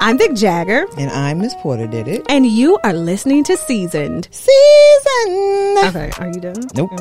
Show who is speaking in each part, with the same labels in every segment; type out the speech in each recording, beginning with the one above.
Speaker 1: I'm Vic Jagger,
Speaker 2: And I'm Miss Porter did it.
Speaker 1: and you are listening to Seasoned.
Speaker 2: Season.
Speaker 1: Okay, are you done?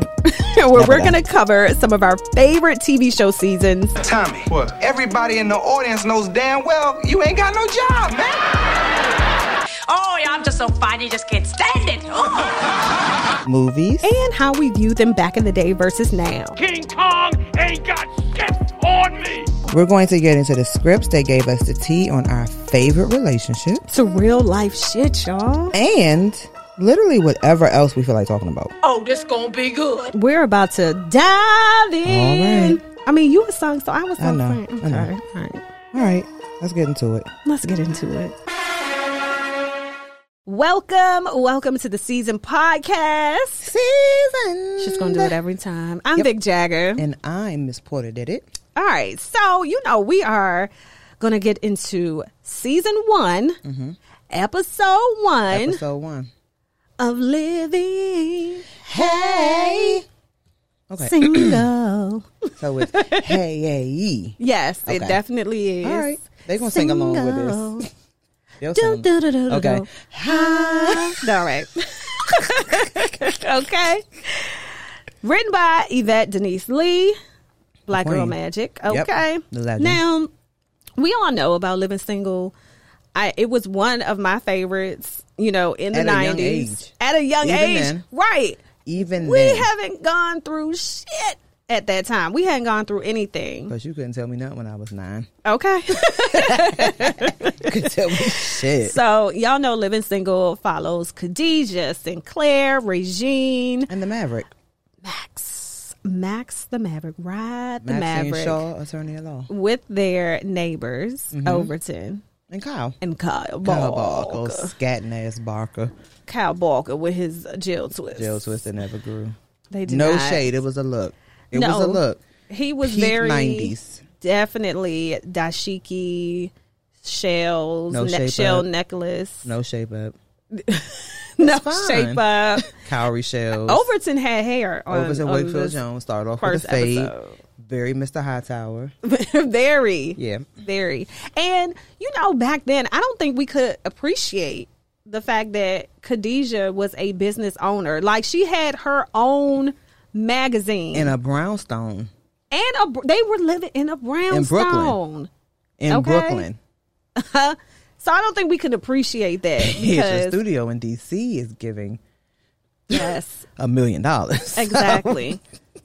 Speaker 2: Nope.
Speaker 1: Where we're
Speaker 2: done.
Speaker 1: going to cover some of our favorite TV show seasons.
Speaker 3: Tommy, what? Everybody in the audience knows damn well you ain't got no job, man.
Speaker 4: Oh, yeah, I'm just so fine, you just can't stand it. Oh.
Speaker 2: Movies.
Speaker 1: And how we view them back in the day versus now.
Speaker 5: King Kong ain't got shit on me.
Speaker 2: We're going to get into the scripts that gave us the tea on our favorite relationships
Speaker 1: It's a real life shit, y'all.
Speaker 2: and literally whatever else we feel like talking about.
Speaker 4: oh, this gonna be good.
Speaker 1: We're about to dive in.
Speaker 2: right.
Speaker 1: I mean, you were sung, so I was
Speaker 2: I
Speaker 1: sung.
Speaker 2: know,
Speaker 1: first.
Speaker 2: I know.
Speaker 1: Okay, all right.
Speaker 2: All right, let's get into it.
Speaker 1: Let's get into it. Welcome, welcome to the season podcast.
Speaker 2: Season.
Speaker 1: She's gonna do it every time. I'm Vic Jagger.
Speaker 2: And I'm Miss Porter did it.
Speaker 1: All right, so you know we are gonna get into season one, episode one
Speaker 2: Mm-hmm. Episode one.
Speaker 1: of Living
Speaker 2: Hey. Okay.
Speaker 1: Single.
Speaker 2: So with hey hey ye.
Speaker 1: yes, it
Speaker 2: Okay.
Speaker 1: definitely is.
Speaker 2: All right. They gonna sing along with this.
Speaker 1: Single.
Speaker 2: They'll
Speaker 1: Dun,
Speaker 2: sing.
Speaker 1: dun, dun, dun, dun,
Speaker 2: Okay.
Speaker 1: dun. Hi. All right. okay. Written by Yvette Denise Lee, Black Girl
Speaker 2: Queen.
Speaker 1: Magic.
Speaker 2: Yep.
Speaker 1: Okay.
Speaker 2: The legend.
Speaker 1: Now, we all know about Living Single. I it was one of my favorites, you know, in the
Speaker 2: At a young
Speaker 1: 90s.
Speaker 2: age.
Speaker 1: At a young
Speaker 2: Even
Speaker 1: age.
Speaker 2: then.
Speaker 1: Right.
Speaker 2: Even
Speaker 1: We
Speaker 2: then,
Speaker 1: haven't gone through shit at that time. We hadn't gone through anything.
Speaker 2: because you couldn't tell me nothing when I was nine.
Speaker 1: Okay.
Speaker 2: You could tell me shit.
Speaker 1: So y'all know Living Single follows Khadijah, Sinclair, Regine,
Speaker 2: and the Maverick.
Speaker 1: Max, Max the Maverick, ride the
Speaker 2: Maxine
Speaker 1: Maverick
Speaker 2: Shaw, attorney at law,
Speaker 1: with their neighbors Overton
Speaker 2: and Kyle.
Speaker 1: and Kyle
Speaker 2: Kyle
Speaker 1: Balker.
Speaker 2: Barker, scatting ass Barker,
Speaker 1: Kyle Balker with his jail twist.
Speaker 2: Jail Twister never grew.
Speaker 1: They did
Speaker 2: No
Speaker 1: not-
Speaker 2: shade. It was a look. It
Speaker 1: No.
Speaker 2: was a look.
Speaker 1: He was
Speaker 2: Peak
Speaker 1: very
Speaker 2: 90s.
Speaker 1: definitely dashiki shells,
Speaker 2: No
Speaker 1: ne-
Speaker 2: shape
Speaker 1: shell
Speaker 2: up.
Speaker 1: necklace,
Speaker 2: No shape up.
Speaker 1: no
Speaker 2: fine.
Speaker 1: shape up.
Speaker 2: Cowrie shells.
Speaker 1: Overton had hair on,
Speaker 2: Overton
Speaker 1: on
Speaker 2: Wakefield
Speaker 1: this
Speaker 2: Jones started off
Speaker 1: first
Speaker 2: with a fade.
Speaker 1: episode.
Speaker 2: Very Mr. Hightower.
Speaker 1: very
Speaker 2: Yeah.
Speaker 1: very and you know back then i don't think we could appreciate the fact that khadijah was a business owner like she had her own magazine
Speaker 2: In a brownstone
Speaker 1: and a, they were living in a brownstone
Speaker 2: in
Speaker 1: Okay.
Speaker 2: Brooklyn.
Speaker 1: so i don't think we could appreciate that
Speaker 2: His
Speaker 1: because
Speaker 2: studio in D.C. is giving
Speaker 1: yes
Speaker 2: a million dollars.
Speaker 1: exactly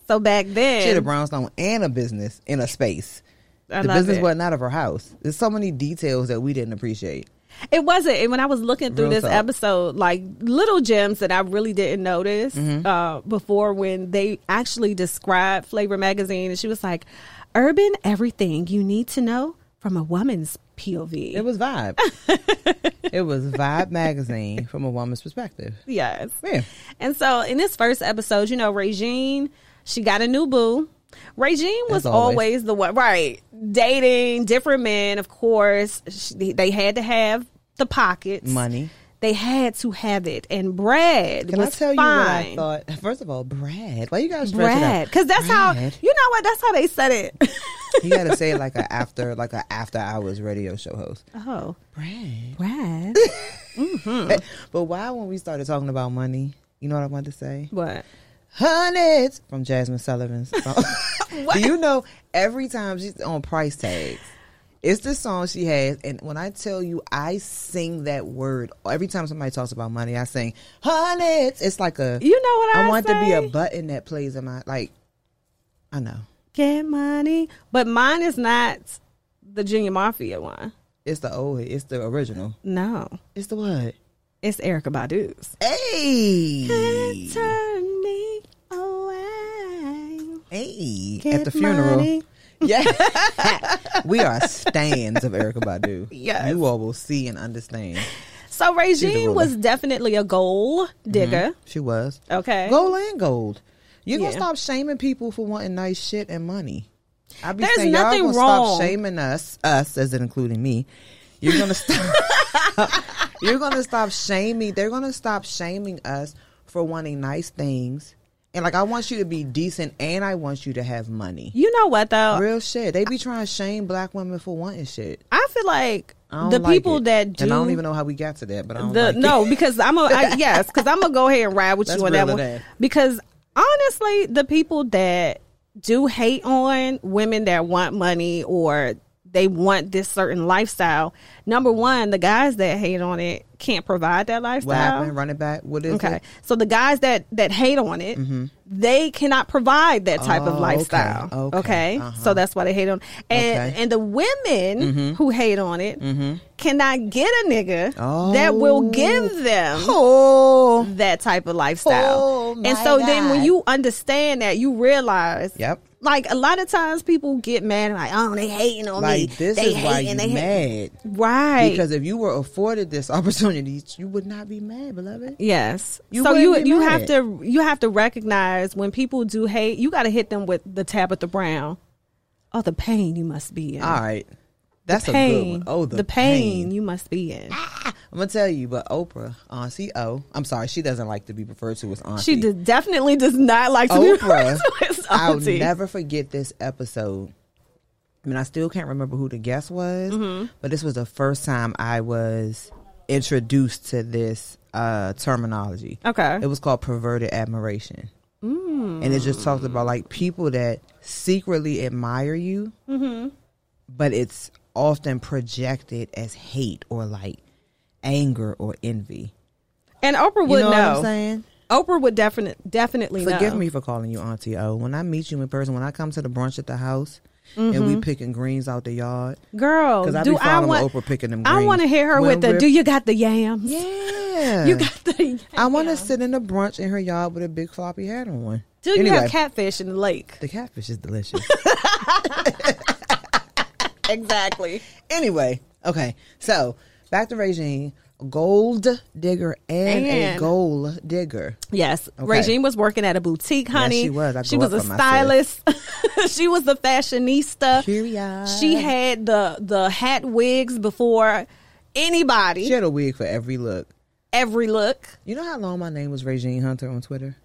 Speaker 1: so back
Speaker 2: She had a
Speaker 1: then
Speaker 2: brownstone and a business in a space.
Speaker 1: I
Speaker 2: the
Speaker 1: love
Speaker 2: business
Speaker 1: it.
Speaker 2: wasn't out of her house. There's so many details that we didn't appreciate.
Speaker 1: It wasn't. And when I was looking through
Speaker 2: Real
Speaker 1: this
Speaker 2: talk.
Speaker 1: episode, like little gems that I really didn't notice
Speaker 2: Mm-hmm.
Speaker 1: uh, before when they actually described Flavor Magazine, and she was like, "Urban everything you need to know from a woman's POV."
Speaker 2: It was Vibe. it was Vibe magazine from a woman's perspective.
Speaker 1: yes.
Speaker 2: Yeah.
Speaker 1: And so in this first episode, you know, Regine, she got a new boo. Regine was
Speaker 2: As always.
Speaker 1: always the one, right? Dating different men, of course. She, they had to have the pockets,
Speaker 2: Money.
Speaker 1: They had to have it, and Brad
Speaker 2: Can I
Speaker 1: was
Speaker 2: tell
Speaker 1: fine.
Speaker 2: you what I thought? First of all, Brad. Why you gotta stretch it out?
Speaker 1: Brad, because that's how
Speaker 2: Brad.
Speaker 1: you know what that's how they said it.
Speaker 2: you gotta say it like a after like a after hours radio show host.
Speaker 1: oh,
Speaker 2: Brad.
Speaker 1: Brad,
Speaker 2: But why when we started talking about money, you know what I wanted to say?
Speaker 1: what?
Speaker 2: Hundreds from Jasmine Sullivan's. song. Do you know every time she's on price tags? It's the song she has, and when I tell you, I sing that word every time somebody talks about money. I sing hundreds. It's like a
Speaker 1: You know what I,
Speaker 2: I want it to be a
Speaker 1: say?
Speaker 2: button that plays in my like. I know
Speaker 1: get money, but mine is not the Junior Mafia one.
Speaker 2: it's the old, it's the original,
Speaker 1: No,
Speaker 2: it's the what?
Speaker 1: it's Erica Badu's.
Speaker 2: Hey,
Speaker 1: Turn me away.
Speaker 2: hey,
Speaker 1: Get
Speaker 2: at the funeral.
Speaker 1: money.
Speaker 2: Yeah, we are stands of Erica Badu.
Speaker 1: Yes.
Speaker 2: you all will see and understand.
Speaker 1: So Regine
Speaker 2: ruler.
Speaker 1: was definitely a gold digger.
Speaker 2: She was
Speaker 1: Okay.
Speaker 2: Mm-hmm. gold and gold. You're
Speaker 1: Yeah.
Speaker 2: gonna stop shaming people for wanting nice shit and money. I be
Speaker 1: There's
Speaker 2: saying
Speaker 1: nothing
Speaker 2: y'all gonna
Speaker 1: wrong.
Speaker 2: stop shaming us, us as in including me. You're gonna stop. you're gonna stop shaming. They're gonna stop shaming us for wanting nice things And like I want you to be decent and I want you to have money.
Speaker 1: You know what though?
Speaker 2: Real shit. They be trying to shame black women for wanting shit.
Speaker 1: I feel like
Speaker 2: I don't
Speaker 1: the
Speaker 2: like
Speaker 1: people
Speaker 2: it.
Speaker 1: that do
Speaker 2: And I don't even know how we got to that, but I don't
Speaker 1: the
Speaker 2: like it.
Speaker 1: no because I'm a I, yes because I'm gonna go ahead and ride with
Speaker 2: Let's
Speaker 1: you on that
Speaker 2: reel
Speaker 1: one
Speaker 2: it in.
Speaker 1: because honestly the people that do hate on women that want money or they want this certain lifestyle number one the guys that hate on it can't provide that
Speaker 2: What
Speaker 1: lifestyle
Speaker 2: happened? Run it back. What is
Speaker 1: okay
Speaker 2: it?
Speaker 1: so the guys that that hate on it they cannot provide that type
Speaker 2: Mm-hmm. Oh,
Speaker 1: of
Speaker 2: okay.
Speaker 1: lifestyle
Speaker 2: Okay.
Speaker 1: okay,
Speaker 2: Uh-huh.
Speaker 1: so that's why they hate on and
Speaker 2: Okay. Mm-hmm.
Speaker 1: and the women who hate on it cannot get a nigga that
Speaker 2: Oh.
Speaker 1: will give them
Speaker 2: Oh.
Speaker 1: that type of lifestyle
Speaker 2: Oh,
Speaker 1: and
Speaker 2: my
Speaker 1: so then
Speaker 2: God.
Speaker 1: when you understand that you realize
Speaker 2: Yep.
Speaker 1: like a lot of times people get mad and like oh they hating on me
Speaker 2: Like this
Speaker 1: they
Speaker 2: is why
Speaker 1: hating,
Speaker 2: you
Speaker 1: they hating.
Speaker 2: mad.
Speaker 1: right
Speaker 2: Because if you were afforded this opportunity, you would not be mad, beloved.
Speaker 1: Yes.
Speaker 2: You
Speaker 1: so you
Speaker 2: wouldn't be
Speaker 1: you
Speaker 2: mad.
Speaker 1: have to you have to recognize when people do hate, you got to hit them with the Tabitha Brown. Oh, the pain you must be in.
Speaker 2: All right. Ah, That's a good
Speaker 1: pain.
Speaker 2: one. Oh, the, Ah.
Speaker 1: pain, you must be in.
Speaker 2: I'm gonna tell you, but Oprah, Auntie O, I'm sorry, she doesn't like to be referred to as Auntie.
Speaker 1: She d- definitely does not like to be
Speaker 2: Oprah.
Speaker 1: referred to as
Speaker 2: I'll
Speaker 1: auntie.
Speaker 2: never forget this episode. I mean, I still can't remember who the guest was,
Speaker 1: Mm-hmm.
Speaker 2: but this was the first time I was introduced to this uh, terminology.
Speaker 1: Okay.
Speaker 2: It was called perverted admiration.
Speaker 1: Mm.
Speaker 2: And it just talked about like people that secretly admire you,
Speaker 1: Mm-hmm.
Speaker 2: but it's often projected as hate or like anger or envy.
Speaker 1: and Oprah
Speaker 2: You
Speaker 1: would know.
Speaker 2: know, what I'm saying?
Speaker 1: Oprah would definitely definitely know.
Speaker 2: Forgive me for calling you Auntie O. When I meet you in person, when I come to the brunch at the house and
Speaker 1: Mm-hmm.
Speaker 2: we picking greens out the yard,
Speaker 1: Girl,
Speaker 2: 'Cause I be
Speaker 1: do I
Speaker 2: following
Speaker 1: want
Speaker 2: Oprah picking them
Speaker 1: I
Speaker 2: greens.
Speaker 1: want to hear her
Speaker 2: When
Speaker 1: with the
Speaker 2: we're-
Speaker 1: do you got the yams?
Speaker 2: yeah,
Speaker 1: You got the yams.
Speaker 2: I want to sit in the brunch in her yard with a big floppy hat on.
Speaker 1: Do you
Speaker 2: Anyway,
Speaker 1: have catfish in the lake?
Speaker 2: The catfish is delicious.
Speaker 1: Exactly.
Speaker 2: anyway, okay, so back to Regine, gold digger and, a
Speaker 1: And-
Speaker 2: gold digger.
Speaker 1: Yes,
Speaker 2: Okay.
Speaker 1: Regine was working at a boutique, honey.
Speaker 2: she was. I
Speaker 1: she
Speaker 2: grew
Speaker 1: was
Speaker 2: up
Speaker 1: a
Speaker 2: with
Speaker 1: stylist. she was the fashionista.
Speaker 2: Period.
Speaker 1: She had the the hat wigs before anybody.
Speaker 2: She had a wig for every look.
Speaker 1: every look.
Speaker 2: You know how long my name was Regine Hunter on Twitter?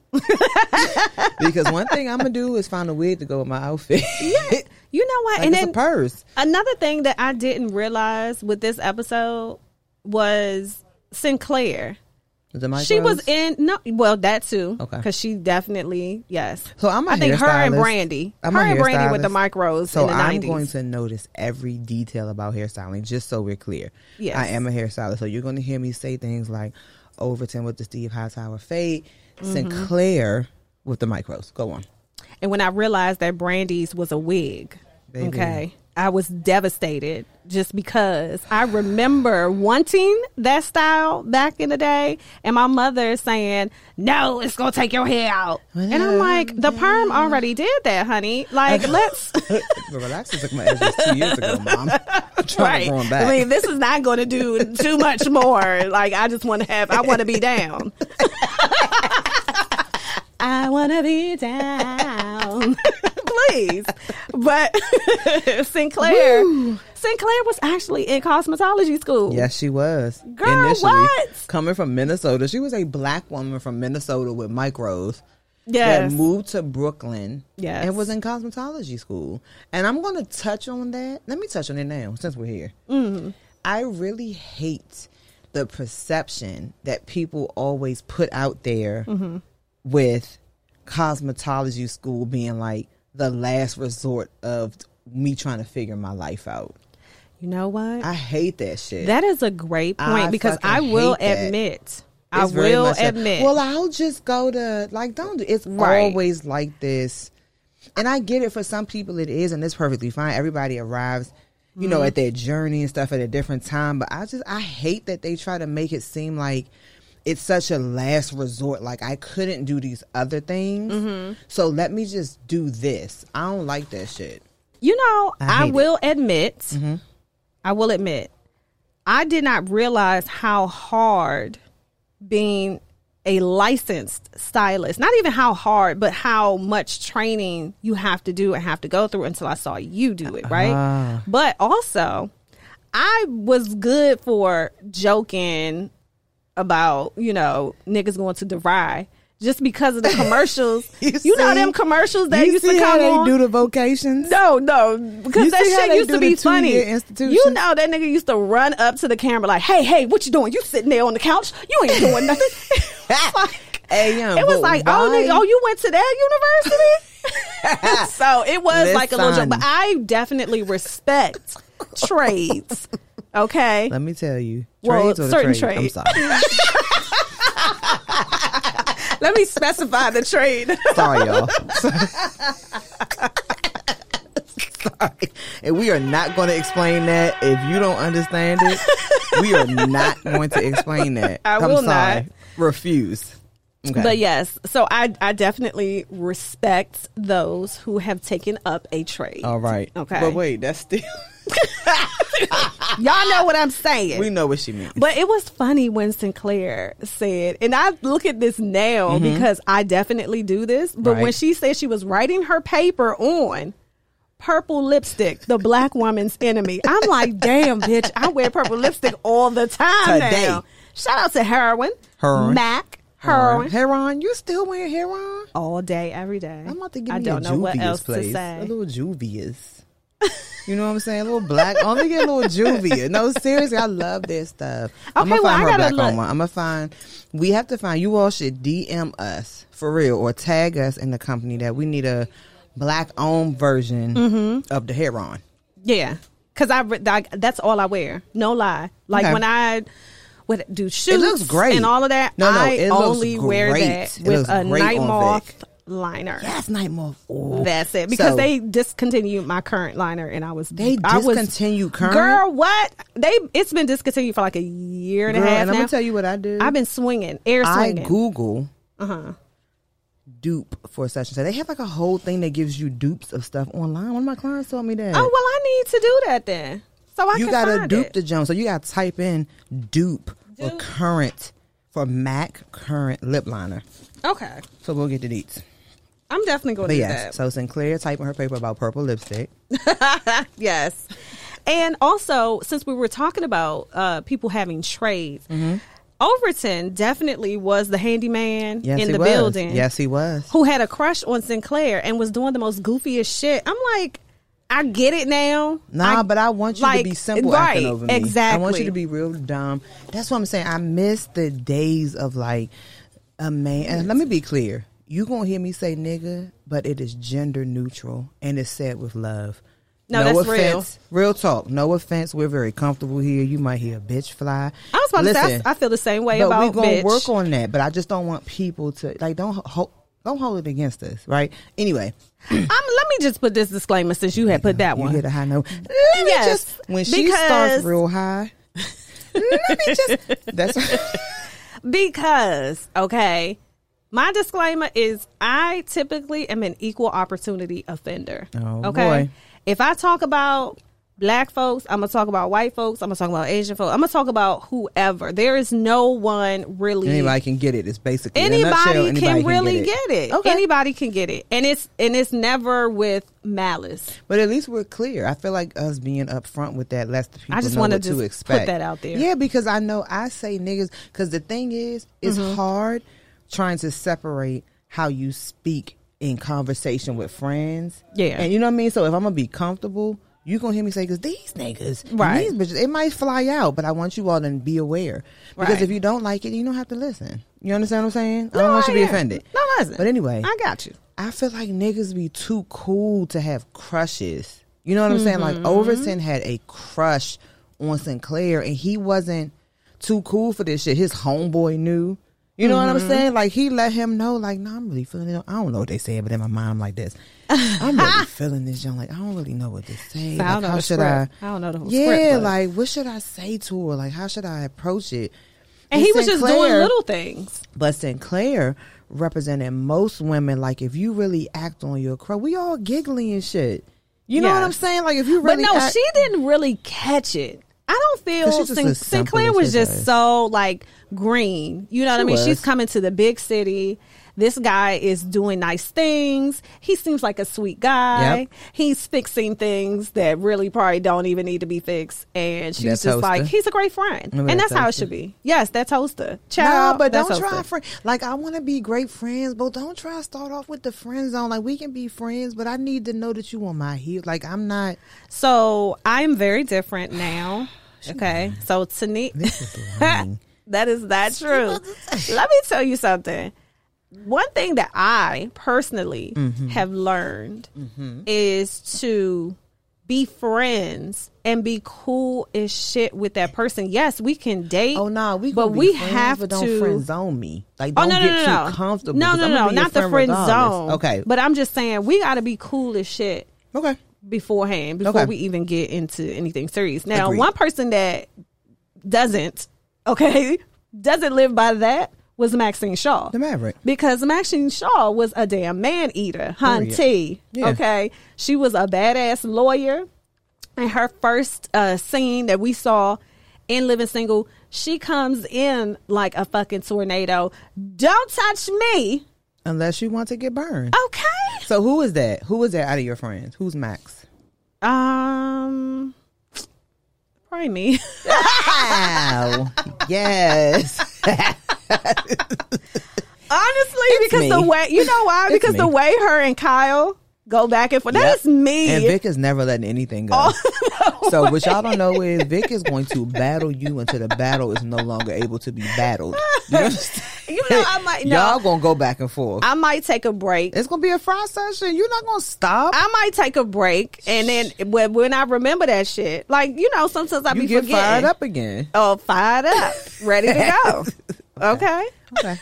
Speaker 2: because one thing I'm gonna do is find a wig to go with my outfit. Yeah,
Speaker 1: You know what?
Speaker 2: like
Speaker 1: and
Speaker 2: it's
Speaker 1: then
Speaker 2: a purse.
Speaker 1: another thing that I didn't realize with this episode was Sinclair.
Speaker 2: Is it Mike
Speaker 1: She
Speaker 2: Rose?
Speaker 1: was in no, well that too.
Speaker 2: Okay.
Speaker 1: because she definitely yes.
Speaker 2: So I'm a
Speaker 1: I think her and
Speaker 2: hairstylist.
Speaker 1: Brandy,
Speaker 2: I'm
Speaker 1: her
Speaker 2: a
Speaker 1: and Brandy with
Speaker 2: hairstylist.
Speaker 1: the micros
Speaker 2: So
Speaker 1: in the
Speaker 2: I'm
Speaker 1: 90s.
Speaker 2: going to notice every detail about hairstyling, just so we're clear.
Speaker 1: Yes.
Speaker 2: I am a hairstylist, so you're going to hear me say things like Overton with the Steve Hightower fade,
Speaker 1: Mm-hmm.
Speaker 2: Sinclair with the micros. Go on.
Speaker 1: And when I realized that Brandy's was a wig,
Speaker 2: Baby.
Speaker 1: okay, I was devastated just because I remember wanting that style back in the day and my mother saying, No, it's gonna take your hair out. And I'm like, The perm already did that, honey. Like, let's.
Speaker 2: But relax, I took my edges two years ago, mom. I'm trying to grow 'em back.
Speaker 1: I mean, this is not going to do too much more. Like, I just want to have, I want to be down. I want to be down. Please. But Sinclair, Sinclair was actually in cosmetology school.
Speaker 2: Yes, she was.
Speaker 1: Girl,
Speaker 2: initially,
Speaker 1: what?
Speaker 2: Coming from Minnesota, she was a black woman from Minnesota with micros
Speaker 1: Yes.
Speaker 2: that moved to Brooklyn
Speaker 1: Yes.
Speaker 2: and was in cosmetology school. And I'm going to touch on that. Let me touch on it now since we're here.
Speaker 1: Mm.
Speaker 2: I really hate the perception that people always put out there
Speaker 1: Mm-hmm.
Speaker 2: with cosmetology school being like the last resort of me trying to figure my life out.
Speaker 1: You know what?
Speaker 2: I hate that shit.
Speaker 1: that is a great point
Speaker 2: I
Speaker 1: because I
Speaker 2: fucking
Speaker 1: will
Speaker 2: hate that.
Speaker 1: admit,
Speaker 2: It's
Speaker 1: I
Speaker 2: very
Speaker 1: will
Speaker 2: much a-
Speaker 1: admit.
Speaker 2: well, I'll just go to like don't. do It's
Speaker 1: Right.
Speaker 2: always like this, and I get it. For some people, it is, and it's perfectly fine. Everybody arrives, you know,
Speaker 1: Mm-hmm.
Speaker 2: at their journey and stuff at a different time. But I just I hate that they try to make it seem like it's such a last resort. Like I couldn't do these other things,
Speaker 1: Mm-hmm.
Speaker 2: so let me just do this. I don't like that shit.
Speaker 1: You know,
Speaker 2: I
Speaker 1: I,
Speaker 2: hate Mm-hmm.
Speaker 1: will admit, I will admit, I did not realize how hard being a licensed stylist, not even how hard, but how much training you have to do and have to go through until I saw you do it, right?
Speaker 2: Uh-huh.
Speaker 1: But also, I was good for joking about, you know, niggas going to DeVry. just because of the commercials. you,
Speaker 2: You
Speaker 1: know
Speaker 2: see?
Speaker 1: them commercials that
Speaker 2: you
Speaker 1: used
Speaker 2: see
Speaker 1: to
Speaker 2: how
Speaker 1: come
Speaker 2: they
Speaker 1: on?
Speaker 2: do the vocations.
Speaker 1: No, no, because
Speaker 2: You
Speaker 1: that
Speaker 2: see how
Speaker 1: shit
Speaker 2: they
Speaker 1: used to
Speaker 2: do
Speaker 1: be
Speaker 2: the two-year
Speaker 1: funny.
Speaker 2: institution?
Speaker 1: You know that nigga used to run up to the camera like, "Hey, hey, what you doing? You sitting there on the couch? You ain't doing nothing." Like,
Speaker 2: Hey, young,
Speaker 1: it was
Speaker 2: but
Speaker 1: like, "Oh,
Speaker 2: why-
Speaker 1: nigga, oh, you went to that university." so it was like a little joke,
Speaker 2: Listen.
Speaker 1: but I definitely respect trades. Okay,
Speaker 2: Let me tell you.
Speaker 1: Well,
Speaker 2: Trades or the
Speaker 1: certain
Speaker 2: trades?
Speaker 1: trades.
Speaker 2: I'm sorry.
Speaker 1: let me specify the trade.
Speaker 2: Sorry, y'all. Sorry. And we are not going to explain that. If you don't understand it, we are not going to explain that.
Speaker 1: I
Speaker 2: am
Speaker 1: will
Speaker 2: sorry.
Speaker 1: not.
Speaker 2: Refuse. Okay.
Speaker 1: But yes, so I I definitely respect those who have taken up a trade.
Speaker 2: All right.
Speaker 1: Okay.
Speaker 2: But wait, that's still.
Speaker 1: Y'all know what I'm saying.
Speaker 2: we know what she means.
Speaker 1: But it was funny when Sinclair said, and I look at this now because I definitely do this. But when
Speaker 2: Mm-hmm. Right.
Speaker 1: she said she was writing her paper on purple lipstick, the black woman's enemy, I'm like, damn, bitch, I wear purple lipstick all the time
Speaker 2: Today.
Speaker 1: now. Shout out to Heroin,
Speaker 2: Heroin.
Speaker 1: Mac, Heroin,
Speaker 2: Heron, you still wearing Heron?
Speaker 1: all day, every day.
Speaker 2: I'm about to give
Speaker 1: I
Speaker 2: me
Speaker 1: don't
Speaker 2: a
Speaker 1: know
Speaker 2: Juvia's
Speaker 1: what else
Speaker 2: place.
Speaker 1: to
Speaker 2: A
Speaker 1: say.
Speaker 2: little Juvia's. You know what I'm saying? A little black. I'm gonna get a little Juvia. No, seriously, I love this stuff. I'm
Speaker 1: Okay,
Speaker 2: gonna
Speaker 1: well, I
Speaker 2: find her a
Speaker 1: gotta
Speaker 2: black owned
Speaker 1: look.
Speaker 2: one. I'm gonna find. We have to find. You all should DM us for real, or tag us in the company that we need a black owned version
Speaker 1: Mm-hmm.
Speaker 2: of the Heron.
Speaker 1: Yeah, because I, re- I that's all I wear. No lie. Like
Speaker 2: Okay.
Speaker 1: when I would do shoots,
Speaker 2: It looks great
Speaker 1: and all of that.
Speaker 2: No, no,
Speaker 1: I
Speaker 2: it looks
Speaker 1: only wear
Speaker 2: great.
Speaker 1: that
Speaker 2: It
Speaker 1: with
Speaker 2: looks
Speaker 1: a
Speaker 2: great
Speaker 1: night
Speaker 2: on
Speaker 1: moth
Speaker 2: Vic.
Speaker 1: liner.
Speaker 2: That's night more. Ooh.
Speaker 1: That's it because
Speaker 2: So,
Speaker 1: they discontinued my current liner, and I was
Speaker 2: They
Speaker 1: I was-
Speaker 2: discontinued current?
Speaker 1: Girl, what they? It's been discontinued for like a year and
Speaker 2: Girl,
Speaker 1: a half
Speaker 2: and I'm
Speaker 1: now.
Speaker 2: gonna tell you what I do.
Speaker 1: I've been swinging, air
Speaker 2: I
Speaker 1: swinging. Uh-huh.
Speaker 2: Google dupe for such and such. They have like a whole thing that gives you dupes of stuff online. One of my clients told me that.
Speaker 1: oh well, I need to do that then. So I
Speaker 2: you
Speaker 1: can
Speaker 2: gotta
Speaker 1: find
Speaker 2: dupe
Speaker 1: it.
Speaker 2: the Jones. So you gotta type in dupe, for current for Mac current lip liner.
Speaker 1: okay,
Speaker 2: So we'll get the deets.
Speaker 1: I'm definitely going to
Speaker 2: But
Speaker 1: do
Speaker 2: yes,
Speaker 1: that.
Speaker 2: so Sinclair typing her paper about purple lipstick.
Speaker 1: Yes. And also, since we were talking about uh, people having trades, Overton definitely was the handyman
Speaker 2: Yes,
Speaker 1: in
Speaker 2: he
Speaker 1: the
Speaker 2: was.
Speaker 1: building
Speaker 2: Yes, he was.
Speaker 1: who had a crush on Sinclair and was doing the most goofiest shit. I'm like, I get it now.
Speaker 2: Nah, but I want you
Speaker 1: like,
Speaker 2: to be simple
Speaker 1: right,
Speaker 2: acting over me.
Speaker 1: Exactly.
Speaker 2: I want you to be real dumb. That's what I'm saying. I miss the days of like a man. And let me be clear. You gonna hear me say nigga, but it is gender neutral and it's said with love.
Speaker 1: No, that's real.
Speaker 2: offense. real. talk. No offense. We're very comfortable here. You might hear bitch fly.
Speaker 1: I was about to say,
Speaker 2: Listen,
Speaker 1: I, I feel the same way
Speaker 2: but
Speaker 1: about
Speaker 2: we gonna
Speaker 1: bitch.
Speaker 2: work on that. But I just don't want people to like don't hold don't hold it against us, right? Anyway,
Speaker 1: I'm, let me just put this disclaimer since you had put that
Speaker 2: you
Speaker 1: one. Mm.
Speaker 2: hit a high note. Let me
Speaker 1: Yes,
Speaker 2: just when she
Speaker 1: because-
Speaker 2: starts real high. let me just. That's
Speaker 1: Because, okay, my disclaimer is I typically am an equal opportunity offender.
Speaker 2: Oh,
Speaker 1: okay.
Speaker 2: boy.
Speaker 1: If I talk about black folks, I'm going to talk about white folks, I'm going to talk about Asian folks, I'm going to talk about whoever. There is no one really.
Speaker 2: anybody can get it. It's basically in a
Speaker 1: Anybody,
Speaker 2: nutshell,
Speaker 1: can,
Speaker 2: anybody
Speaker 1: really get it.
Speaker 2: Okay,
Speaker 1: Anybody can get it, and it's and it's never with malice.
Speaker 2: but at least we're clear. I feel like us being upfront with that lets the people
Speaker 1: just
Speaker 2: know
Speaker 1: wanna
Speaker 2: what
Speaker 1: just
Speaker 2: to
Speaker 1: put
Speaker 2: expect.
Speaker 1: that out there.
Speaker 2: Yeah, because I know I say niggas. Because the thing is, it's
Speaker 1: Mm-hmm.
Speaker 2: hard trying to separate how you speak in conversation with friends.
Speaker 1: Yeah.
Speaker 2: and you know what I mean. So if I'm gonna be comfortable. You gonna hear me say because these niggas, and
Speaker 1: Right.
Speaker 2: These bitches, it might fly out, but I want you all to be aware because
Speaker 1: Right.
Speaker 2: if you don't like it, you don't have to listen. You understand what I'm saying? I don't want you to be
Speaker 1: yeah.
Speaker 2: offended.
Speaker 1: No, listen.
Speaker 2: But anyway,
Speaker 1: I got you.
Speaker 2: I feel like niggas be too cool to have crushes. You know what I'm saying? Like Overton had a crush on Sinclair and he wasn't too cool for this shit. His homeboy knew. You know
Speaker 1: Mm-hmm.
Speaker 2: what I'm saying? Like he let him know, like, no, I'm really feeling it. I don't know what they said, but in my mind I'm like this. I'm really feeling this young. Like, I don't really know what to say.
Speaker 1: So I
Speaker 2: Like,
Speaker 1: don't know
Speaker 2: how
Speaker 1: the
Speaker 2: should
Speaker 1: script.
Speaker 2: I
Speaker 1: I don't know the whole
Speaker 2: Yeah,
Speaker 1: script, but-
Speaker 2: like what should I say to her? Like how should I approach it?
Speaker 1: And he was just doing
Speaker 2: Sinclair-
Speaker 1: little things.
Speaker 2: but Sinclair represented most women. Like, if you really act on your crow, we all giggly and shit. You know
Speaker 1: Yeah.
Speaker 2: what I'm saying? Like, if you really,
Speaker 1: but no,
Speaker 2: act-
Speaker 1: she didn't really catch it. I don't
Speaker 2: 'Cause
Speaker 1: feel
Speaker 2: she's just
Speaker 1: Sin-
Speaker 2: as simple
Speaker 1: Sinclair
Speaker 2: as
Speaker 1: was
Speaker 2: she
Speaker 1: just
Speaker 2: does.
Speaker 1: so like green. You know what I
Speaker 2: She
Speaker 1: mean? She's
Speaker 2: was.
Speaker 1: coming to the big city. This guy is doing nice things. He seems like a sweet guy.
Speaker 2: Yep.
Speaker 1: He's fixing things that really probably don't even need to be fixed. And she's
Speaker 2: That's
Speaker 1: just like,
Speaker 2: Hosta.
Speaker 1: he's a great friend.
Speaker 2: Remember
Speaker 1: and
Speaker 2: that
Speaker 1: that's how it
Speaker 2: Hosta?
Speaker 1: should be. Yes, that's hosta.
Speaker 2: No,
Speaker 1: Child,
Speaker 2: but
Speaker 1: that's
Speaker 2: don't try
Speaker 1: Hosta.
Speaker 2: friend. Like I want to be great friends, but don't try to start off with the friend zone. Like we can be friends, but I need to know that you on my heel. Like I'm not.
Speaker 1: So I'm very different now. Okay. So Tani
Speaker 2: lying.
Speaker 1: that is not true. Let me tell you something. One thing that I personally
Speaker 2: Mm-hmm.
Speaker 1: have learned is to be friends and be cool as shit with that person. Yes, we can date.
Speaker 2: Oh no, we. gonna
Speaker 1: but
Speaker 2: be
Speaker 1: we
Speaker 2: friends,
Speaker 1: have
Speaker 2: but
Speaker 1: to
Speaker 2: don't friend zone me. Like
Speaker 1: Oh
Speaker 2: don't
Speaker 1: no, no,
Speaker 2: get
Speaker 1: no,
Speaker 2: too
Speaker 1: no.
Speaker 2: comfortable.
Speaker 1: No,
Speaker 2: 'cause
Speaker 1: no,
Speaker 2: I'm gonna
Speaker 1: no,
Speaker 2: be your
Speaker 1: not the friend
Speaker 2: regardless.
Speaker 1: zone.
Speaker 2: Okay,
Speaker 1: but I'm just saying we got to be cool as shit
Speaker 2: okay.
Speaker 1: beforehand before
Speaker 2: Okay.
Speaker 1: we even get into anything serious. Now,
Speaker 2: Agreed.
Speaker 1: one person that doesn't, okay, doesn't live by that was Maxine Shaw.
Speaker 2: The Maverick.
Speaker 1: Because Maxine Shaw was a damn man eater, hun
Speaker 2: Period.
Speaker 1: T.
Speaker 2: Oh, Yeah.
Speaker 1: Okay. She was a badass lawyer. And her first uh, scene that we saw in Living Single, she comes in like a fucking tornado. Don't touch me.
Speaker 2: Unless you want to get burned.
Speaker 1: Uh, Okay.
Speaker 2: So who is that? Who is that out of your friends? Who's Max?
Speaker 1: Um, probably me.
Speaker 2: Wow. yes.
Speaker 1: Honestly, because
Speaker 2: me.
Speaker 1: the way you know why?
Speaker 2: It's
Speaker 1: because the
Speaker 2: me.
Speaker 1: way her and Kyle go back and forth. That
Speaker 2: Yep.
Speaker 1: is me.
Speaker 2: And Vic is never letting anything go.
Speaker 1: Oh,
Speaker 2: so what y'all don't know is Vic is going to battle you until the battle is no longer able to be battled. You understand?
Speaker 1: you know, I might no,
Speaker 2: Y'all gonna go back and forth.
Speaker 1: I might take a break.
Speaker 2: it's gonna be a fry session. You're not gonna stop.
Speaker 1: I might take a break, and then when, when I remember that shit, like you know, sometimes I
Speaker 2: you
Speaker 1: be
Speaker 2: get
Speaker 1: forgetting.
Speaker 2: fired up again.
Speaker 1: Oh, fired up, ready to go. okay.
Speaker 2: Okay.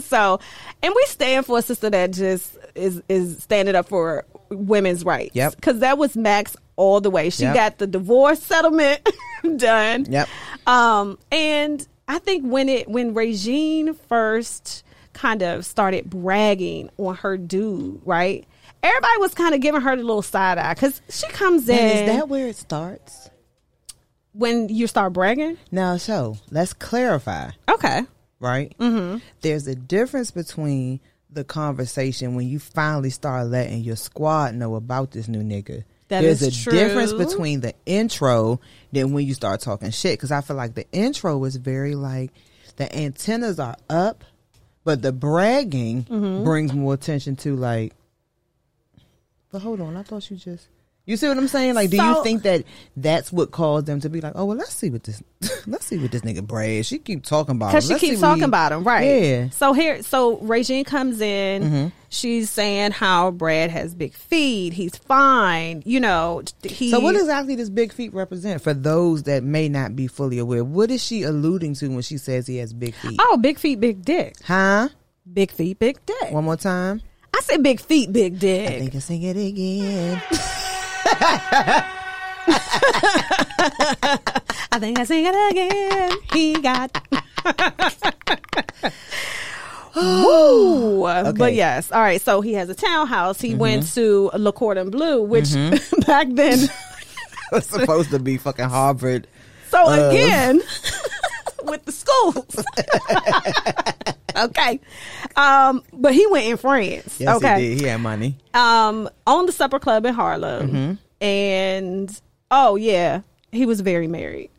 Speaker 1: so, and we stand for a sister that just is is standing up for women's rights.
Speaker 2: Yep.
Speaker 1: Because that was Max all the way. She
Speaker 2: Yep.
Speaker 1: got the divorce settlement done.
Speaker 2: Yep.
Speaker 1: Um, and I think when it when Regine first kind of started bragging on her dude, right? Everybody was kind of giving her the little side eye because she comes in
Speaker 2: And is that where it starts?
Speaker 1: when you start bragging.
Speaker 2: Now, so let's clarify.
Speaker 1: Okay.
Speaker 2: right? Mm-hmm. There's a difference between the conversation when you finally start letting your squad know about this new nigga.
Speaker 1: That
Speaker 2: There's
Speaker 1: is
Speaker 2: a
Speaker 1: true.
Speaker 2: difference between the intro than when you start talking shit. Because I feel like the intro is very like the antennas are up, but the bragging
Speaker 1: Mm-hmm.
Speaker 2: brings more attention to like. But hold on, I thought you just. You see what I'm saying? Like, do
Speaker 1: So-
Speaker 2: you think that that's what caused them to be like, oh well, let's see what this, let's see what this nigga brags. She keep talking about
Speaker 1: because she
Speaker 2: Oh, Let's see
Speaker 1: keeps
Speaker 2: what
Speaker 1: talking
Speaker 2: he-
Speaker 1: about him, right?
Speaker 2: Yeah. Mm-hmm.
Speaker 1: So here, so Regine comes in. She's saying how Brad has big feet. He's fine. You know. He,
Speaker 2: So, what exactly does big feet represent for those that may not be fully aware? What is she alluding to when she says he has big feet?
Speaker 1: Oh, big feet, big dick.
Speaker 2: Huh?
Speaker 1: Big feet, big dick.
Speaker 2: One more time.
Speaker 1: I said big feet, big dick.
Speaker 2: I can sing it again.
Speaker 1: I think I sing it again. He got. Woo. But yes, all right. So he has a townhouse. He went
Speaker 2: Mm-hmm.
Speaker 1: to La Cordon Bleu, which back then.
Speaker 2: it's supposed to be fucking Harvard.
Speaker 1: So
Speaker 2: Uh.
Speaker 1: again, with the schools. okay. Um, but he went in France.
Speaker 2: Yes,
Speaker 1: okay.
Speaker 2: he did. He had money.
Speaker 1: Um, on the supper club in Harlem.
Speaker 2: Mm-hmm.
Speaker 1: And oh yeah, he was very married.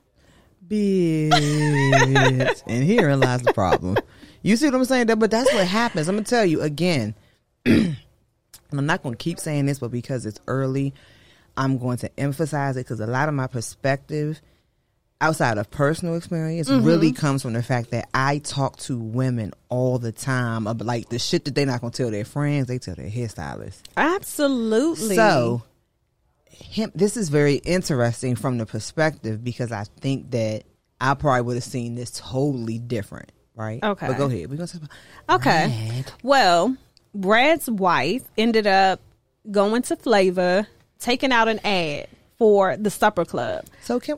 Speaker 2: Bitch. and herein lies the problem. You see what I'm saying? That- But that's what happens. I'm gonna tell you again. and I'm not gonna keep saying this, but because it's early, I'm going to emphasize it because a lot of my perspective outside of personal experience really comes from the fact that I talk to women all the time about like the shit that they're not gonna tell their friends, they tell their hairstylist.
Speaker 1: Absolutely.
Speaker 2: So, him, this is very interesting from the perspective because I think that I probably would have seen this totally different, right?
Speaker 1: Okay.
Speaker 2: But go ahead. We're going to talk about.
Speaker 1: Okay. Well, Brad's wife ended up going to Flavor, taking out an ad for the supper club.
Speaker 2: So, Kim,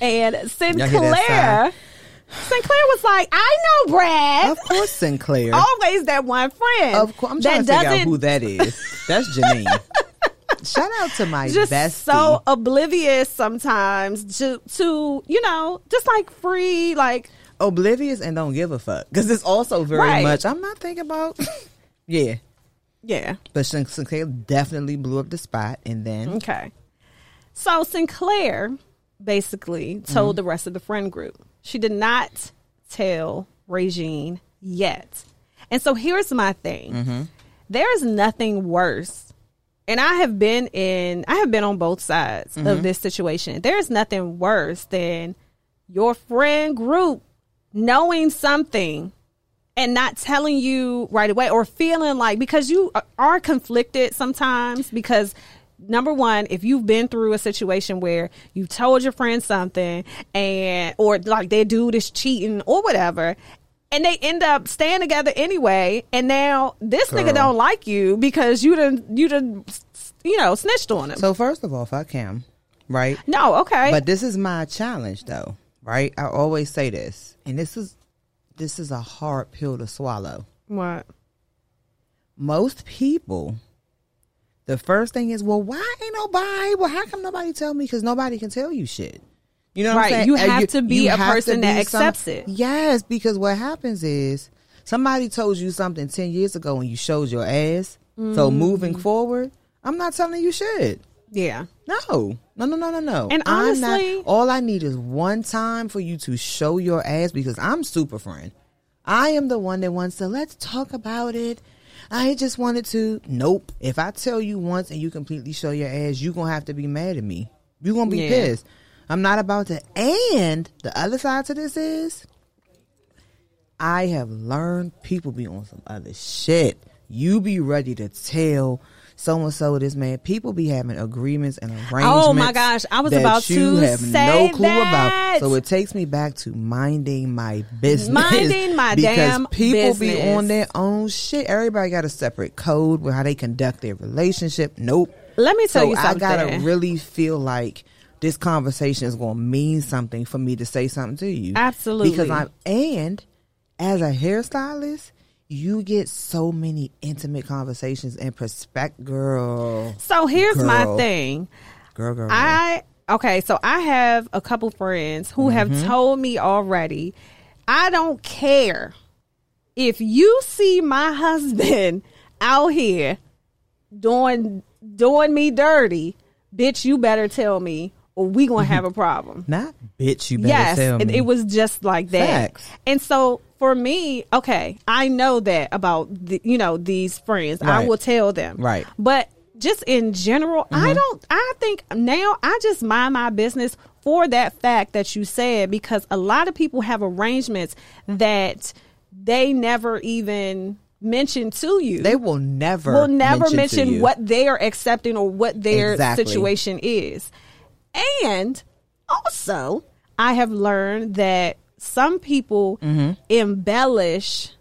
Speaker 1: And
Speaker 2: Y'all hear that
Speaker 1: Sinclair Sinclair was like, I know Brad.
Speaker 2: of course, Sinclair.
Speaker 1: Always that one friend.
Speaker 2: of course. I'm trying
Speaker 1: Oh, that
Speaker 2: to figure out
Speaker 1: doesn't
Speaker 2: who that is. That's Janine. Shout out to my
Speaker 1: just
Speaker 2: bestie.
Speaker 1: so oblivious sometimes to, to you know just like free like
Speaker 2: oblivious and don't give a fuck because it's also very
Speaker 1: Right.
Speaker 2: much. I'm not thinking about. yeah,
Speaker 1: Yeah.
Speaker 2: but Sin- Sinclair definitely blew up the spot, and then
Speaker 1: Okay. So Sinclair basically told the rest of the friend group. She did not tell Regine yet. And so here's my thing. There is nothing worse. And I have been in I have been on both sides of this situation. There is nothing worse than your friend group knowing something and not telling you right away or feeling like because you are conflicted sometimes because number one if you've been through a situation where you told your friend something and or like their dude is cheating or whatever and they end up staying together anyway and now this nigga
Speaker 2: Girl.
Speaker 1: don't like you because you done you done you know snitched on him
Speaker 2: so first of all, fuck him, right?
Speaker 1: no okay
Speaker 2: But this is my challenge, though, right? I always say this, and this is this is a hard pill to swallow.
Speaker 1: what
Speaker 2: most people, the first thing is, well, why ain't nobody? Well, how come nobody tell me? Because nobody can tell you shit. You know what
Speaker 1: Right.
Speaker 2: I'm saying?
Speaker 1: You
Speaker 2: Uh,
Speaker 1: have to be a
Speaker 2: have to
Speaker 1: person that
Speaker 2: be
Speaker 1: accepts it.
Speaker 2: Yes, because what happens is somebody told you something 10 years ago and you showed your ass.
Speaker 1: Mm.
Speaker 2: So moving forward, I'm not telling you shit.
Speaker 1: yeah
Speaker 2: No, no, no, no, no, no.
Speaker 1: And
Speaker 2: I'm not-
Speaker 1: honestly-
Speaker 2: all I need is one time for you to show your ass because I'm super friend. I am the one that wants to let's talk about it. I just wanted to. Nope. If I tell you once and you completely show your ass, you gonna have to be mad at me. You gonna be
Speaker 1: Yeah.
Speaker 2: pissed. I'm not about to. And the other side to this is, I have learned people be on some other shit. You be ready to tell so and so this man. People be having agreements and arrangements.
Speaker 1: Oh, my gosh. I was
Speaker 2: that
Speaker 1: about
Speaker 2: you
Speaker 1: to
Speaker 2: have
Speaker 1: say
Speaker 2: no clue
Speaker 1: that.
Speaker 2: about. So it takes me back to minding my business.
Speaker 1: Minding my
Speaker 2: because
Speaker 1: damn
Speaker 2: people be
Speaker 1: business.
Speaker 2: on their own shit. Everybody got a separate code with how they conduct their relationship. Nope.
Speaker 1: let me tell
Speaker 2: So
Speaker 1: you
Speaker 2: I
Speaker 1: something
Speaker 2: gotta really feel like this conversation is gonna mean something for me to say something to you.
Speaker 1: Absolutely.
Speaker 2: Because I'm and as a hairstylist, you get so many intimate conversations and perspect girl.
Speaker 1: so here's my
Speaker 2: Girl.
Speaker 1: thing
Speaker 2: Girl, girl. girl.
Speaker 1: I okay, so I have a couple friends who have told me already, I don't care if you see my husband out here doing doing me dirty, bitch, you better tell me or we gonna have a problem.
Speaker 2: not bitch, you better
Speaker 1: Yes,
Speaker 2: tell me.
Speaker 1: it, it was just like that.
Speaker 2: Facts.
Speaker 1: And so for me, okay, I know that about the, you know these friends. I
Speaker 2: Right.
Speaker 1: will tell them.
Speaker 2: Right. Mm-hmm.
Speaker 1: But just in general, I don't. I think now I just mind my business for that fact that you said because a lot of people have arrangements that they never even mention to you.
Speaker 2: they will never
Speaker 1: will never
Speaker 2: to
Speaker 1: mention,
Speaker 2: you.
Speaker 1: what they are accepting or what their
Speaker 2: Exactly.
Speaker 1: situation is. And also, I have learned that some people
Speaker 2: Mm-hmm.
Speaker 1: embellish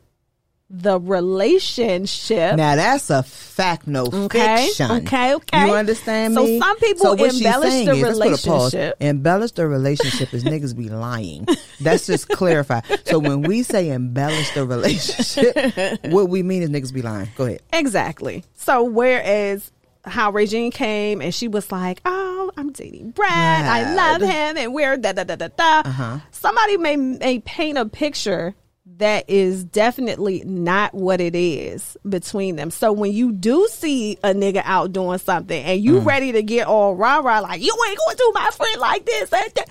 Speaker 1: the relationship.
Speaker 2: Now that's a fact, no
Speaker 1: Okay,
Speaker 2: fiction.
Speaker 1: okay, okay.
Speaker 2: You understand
Speaker 1: So
Speaker 2: me?
Speaker 1: some people
Speaker 2: what she's
Speaker 1: embellish
Speaker 2: saying
Speaker 1: the
Speaker 2: is- let's put a pause.
Speaker 1: relationship.
Speaker 2: Embellish the relationship is niggas be lying. That's just clarify. So when we say embellish the relationship, what we mean is niggas be lying. Go ahead.
Speaker 1: Exactly. So whereas how Regine came and she was like, "Oh, I'm dating Brad. I
Speaker 2: Brad. Uh-huh.
Speaker 1: love him, and we're da da da da da." Somebody may may paint a picture that is definitely not what it is between them. So when you do see a nigga out doing something and
Speaker 2: Mm.
Speaker 1: you ready to get all rah rah like you ain't going to do my friend like this, and that,"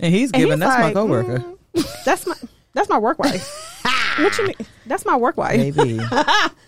Speaker 2: And he's
Speaker 1: And
Speaker 2: giving
Speaker 1: he's
Speaker 2: that's
Speaker 1: like,
Speaker 2: my coworker.
Speaker 1: mm, that's my that's my work wife. what you mean? That's my work wife.
Speaker 2: Baby,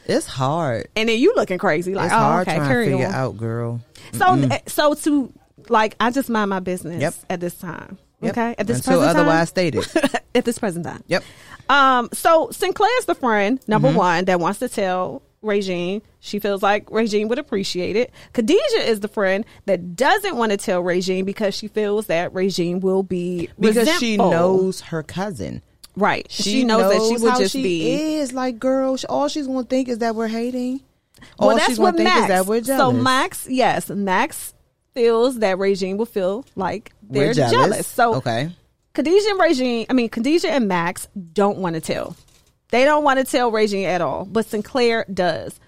Speaker 2: it's hard.
Speaker 1: And then you looking crazy like,
Speaker 2: It's
Speaker 1: oh,
Speaker 2: hard
Speaker 1: okay,
Speaker 2: trying
Speaker 1: carry
Speaker 2: to figure
Speaker 1: on.
Speaker 2: out, girl.
Speaker 1: So, th- so to like, I just mind my business
Speaker 2: Yep.
Speaker 1: at this time.
Speaker 2: Yep.
Speaker 1: Okay, at this
Speaker 2: Until
Speaker 1: present
Speaker 2: otherwise
Speaker 1: time.
Speaker 2: stated.
Speaker 1: at this present time.
Speaker 2: Yep. Mm-hmm.
Speaker 1: Um. So Sinclair's the friend number one that wants to tell Regine. She feels like Regine would appreciate it. Khadijah is the friend that doesn't want to tell Regine because she feels that Regine will be
Speaker 2: Because she
Speaker 1: resentful.
Speaker 2: knows her cousin.
Speaker 1: right. She, knows, that she would
Speaker 2: how
Speaker 1: just
Speaker 2: she
Speaker 1: be
Speaker 2: is like girl. sh- All she's gonna think is that we're hating. All
Speaker 1: Well, that's
Speaker 2: she's
Speaker 1: what
Speaker 2: gonna think
Speaker 1: Max.
Speaker 2: is that we're jealous.
Speaker 1: So Max, yes, Max feels that Regine will feel like
Speaker 2: we're
Speaker 1: they're jealous. So
Speaker 2: okay,
Speaker 1: Khadijah and Regine, I mean, Khadijah and Max don't want to tell. They don't want to tell Regine at all, but Sinclair does.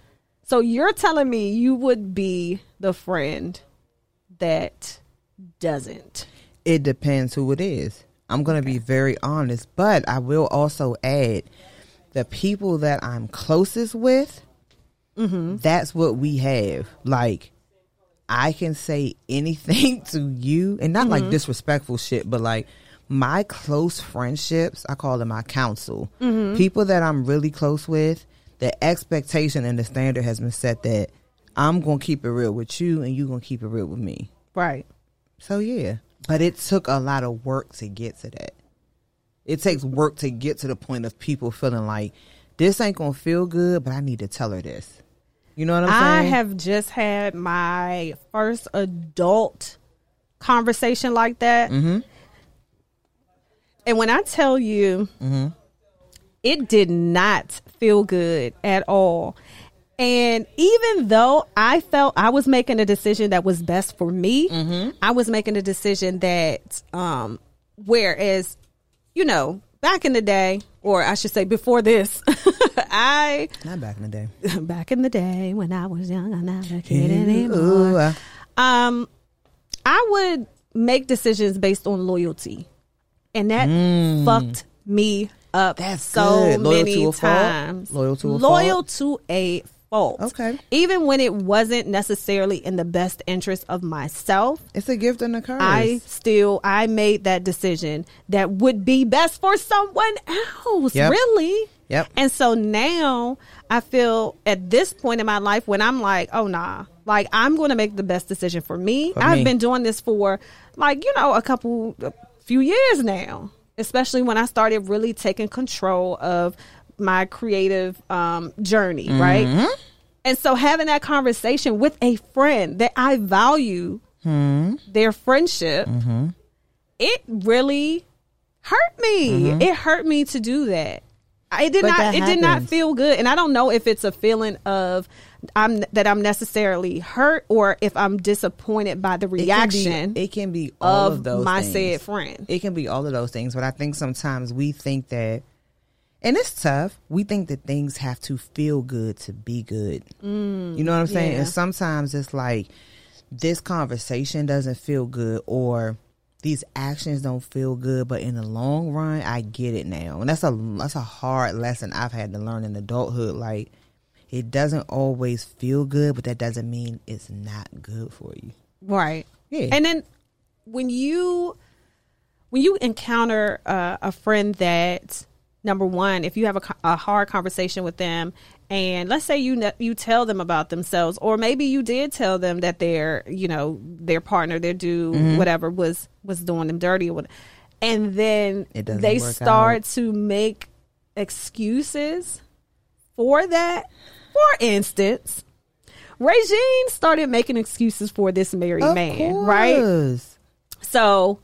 Speaker 1: So you're telling me you would be the friend that doesn't.
Speaker 2: it depends who it is. I'm going to be very honest, but I will also add the people that I'm closest with, that's what we have. Like, I can say anything to you, and not like disrespectful shit, but like my close friendships, I call them my counsel. People that I'm really close with, the expectation and the standard has been set that I'm going to keep it real with you and you're going to keep it real with me.
Speaker 1: Right.
Speaker 2: So yeah, but it took a lot of work to get to that. It takes work to get to the point of people feeling like this ain't gonna feel good, but I need to tell her this. You know what I'm
Speaker 1: I
Speaker 2: saying?
Speaker 1: have just had my first adult conversation like that.
Speaker 2: Mm-hmm.
Speaker 1: And when I tell you,
Speaker 2: Mm-hmm.
Speaker 1: it did not feel good at all. And even though I felt I was making a decision that was best for me,
Speaker 2: Mm-hmm.
Speaker 1: I was making a decision that, um, whereas, you know, back in the day, or I should say before this, I
Speaker 2: Not back in the day.
Speaker 1: back in the day when I was young, I'm not a kid
Speaker 2: Ooh,
Speaker 1: anymore.
Speaker 2: uh,
Speaker 1: Um, I would make decisions based on loyalty, and that fucked me up
Speaker 2: Mm. That's
Speaker 1: so
Speaker 2: good. Loyal
Speaker 1: many
Speaker 2: to a fault?
Speaker 1: times.
Speaker 2: Loyal to a
Speaker 1: loyal
Speaker 2: fault?
Speaker 1: to a fault.
Speaker 2: Okay.
Speaker 1: even when it wasn't necessarily in the best interest of myself.
Speaker 2: it's a gift and a curse.
Speaker 1: I still I made that decision that would be best for someone else.
Speaker 2: Yep.
Speaker 1: Really?
Speaker 2: Yep.
Speaker 1: And so now I feel at this point in my life when I'm like, oh nah, like I'm going to make the best decision for me.
Speaker 2: For
Speaker 1: I've
Speaker 2: me.
Speaker 1: been doing this for like you know a couple a few years now, especially when I started really taking control of my creative um, journey,
Speaker 2: Mm-hmm.
Speaker 1: right? And so having that conversation with a friend that I value
Speaker 2: Hmm.
Speaker 1: their friendship,
Speaker 2: Mm-hmm.
Speaker 1: it really hurt me. It hurt me to do that. I- It did
Speaker 2: Mm-hmm. But
Speaker 1: not.
Speaker 2: that
Speaker 1: it did not
Speaker 2: happens.
Speaker 1: feel good, and I don't know if it's a feeling of I'm that I'm necessarily hurt or if I'm disappointed by the reaction.
Speaker 2: It can be, it can be all of,
Speaker 1: of
Speaker 2: those
Speaker 1: my
Speaker 2: things.
Speaker 1: said friend.
Speaker 2: It can be all of those things, but I think sometimes we think that, and it's tough. We think that things have to feel good to be good. you know what I'm saying?
Speaker 1: Mm, yeah.
Speaker 2: And sometimes it's like this conversation doesn't feel good, or these actions don't feel good. But in the long run, I get it now, and that's a that's a hard lesson I've had to learn in adulthood. Like. It doesn't always feel good, but that doesn't mean it's not good for you.
Speaker 1: right.
Speaker 2: Yeah.
Speaker 1: And then when you when you encounter uh, a friend that number one, if you have a, co- a hard conversation with them, and let's say you kn- you tell them about themselves, or maybe you did tell them that their you know their partner, their dude,
Speaker 2: Mm-hmm.
Speaker 1: whatever was was doing them dirty, or what, and then
Speaker 2: It doesn't
Speaker 1: they
Speaker 2: work
Speaker 1: start
Speaker 2: out.
Speaker 1: to make excuses for that. For instance, Regine started making excuses for this married man, right?
Speaker 2: course.
Speaker 1: So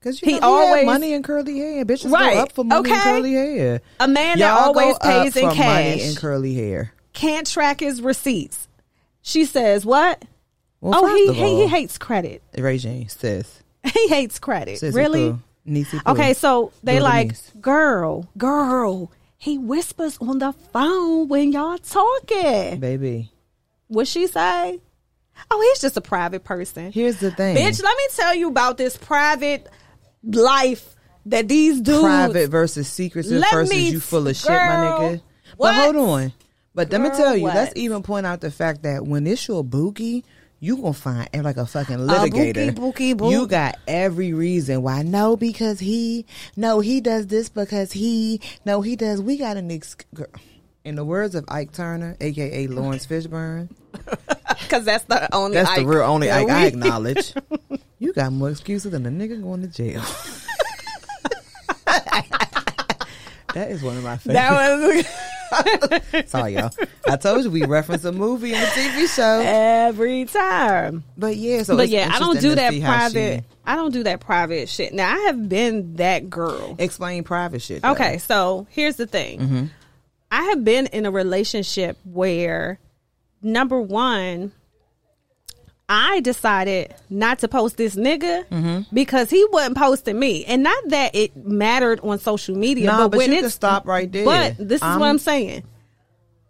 Speaker 2: Because
Speaker 1: He
Speaker 2: he always
Speaker 1: always-
Speaker 2: money and curly hair. Bitches
Speaker 1: Right.
Speaker 2: go up for money
Speaker 1: Okay.
Speaker 2: and curly hair.
Speaker 1: A man that
Speaker 2: Y'all go
Speaker 1: always pays
Speaker 2: up
Speaker 1: in
Speaker 2: for money
Speaker 1: cash.
Speaker 2: and curly hair.
Speaker 1: can't track his receipts. She says, "What?
Speaker 2: Well,
Speaker 1: oh,
Speaker 2: first
Speaker 1: he,
Speaker 2: of
Speaker 1: he he
Speaker 2: all,
Speaker 1: hates credit.
Speaker 2: Regine, sis,
Speaker 1: He hates credit.
Speaker 2: Sissy
Speaker 1: really?
Speaker 2: Pooh, Niecy Pooh.
Speaker 1: Okay, so they
Speaker 2: Jordanese.
Speaker 1: like, girl, girl. He whispers on the phone when y'all talking.
Speaker 2: baby.
Speaker 1: What she say? Oh, he's just a private person.
Speaker 2: Here's the thing,
Speaker 1: Bitch, let me tell you about this private life that these dudes.
Speaker 2: private versus secrets
Speaker 1: Let
Speaker 2: versus
Speaker 1: me-
Speaker 2: you full of shit,
Speaker 1: girl,
Speaker 2: my nigga.
Speaker 1: what?
Speaker 2: But hold on. But let me
Speaker 1: Girl,
Speaker 2: tell you,
Speaker 1: what?
Speaker 2: let's even point out the fact that when it's your boogie, you gonna find eh, like a fucking
Speaker 1: bookie,
Speaker 2: litigator.
Speaker 1: bookie, boo.
Speaker 2: You got every reason why. No, because he. No, he does this because he. No, he does. We got an ex. Girl. In the words of Ike Turner, aka Lawrence Fishburne,
Speaker 1: because that's the only.
Speaker 2: that's the
Speaker 1: Ike
Speaker 2: real only
Speaker 1: that
Speaker 2: Ike I
Speaker 1: we-
Speaker 2: acknowledge. you got more excuses than a nigga going to jail. that is one of my favorite.
Speaker 1: That was
Speaker 2: Sorry, y'all. I told you we reference a movie and a TV show.
Speaker 1: every time.
Speaker 2: But yeah, so
Speaker 1: but
Speaker 2: it's
Speaker 1: yeah, I don't
Speaker 2: interesting
Speaker 1: do
Speaker 2: to
Speaker 1: that
Speaker 2: see how she-
Speaker 1: private. I don't do that private shit. Now I have been that girl.
Speaker 2: explain private shit. though.
Speaker 1: Okay, so here's the thing.
Speaker 2: Mm-hmm.
Speaker 1: I have been in a relationship where number one, I decided not to post this nigga
Speaker 2: Mm-hmm.
Speaker 1: because he wasn't posting me, and not that it mattered on social media.
Speaker 2: Nah,
Speaker 1: but,
Speaker 2: but
Speaker 1: when
Speaker 2: you
Speaker 1: it's
Speaker 2: can stop right there.
Speaker 1: But this is
Speaker 2: I'm-
Speaker 1: what I'm saying.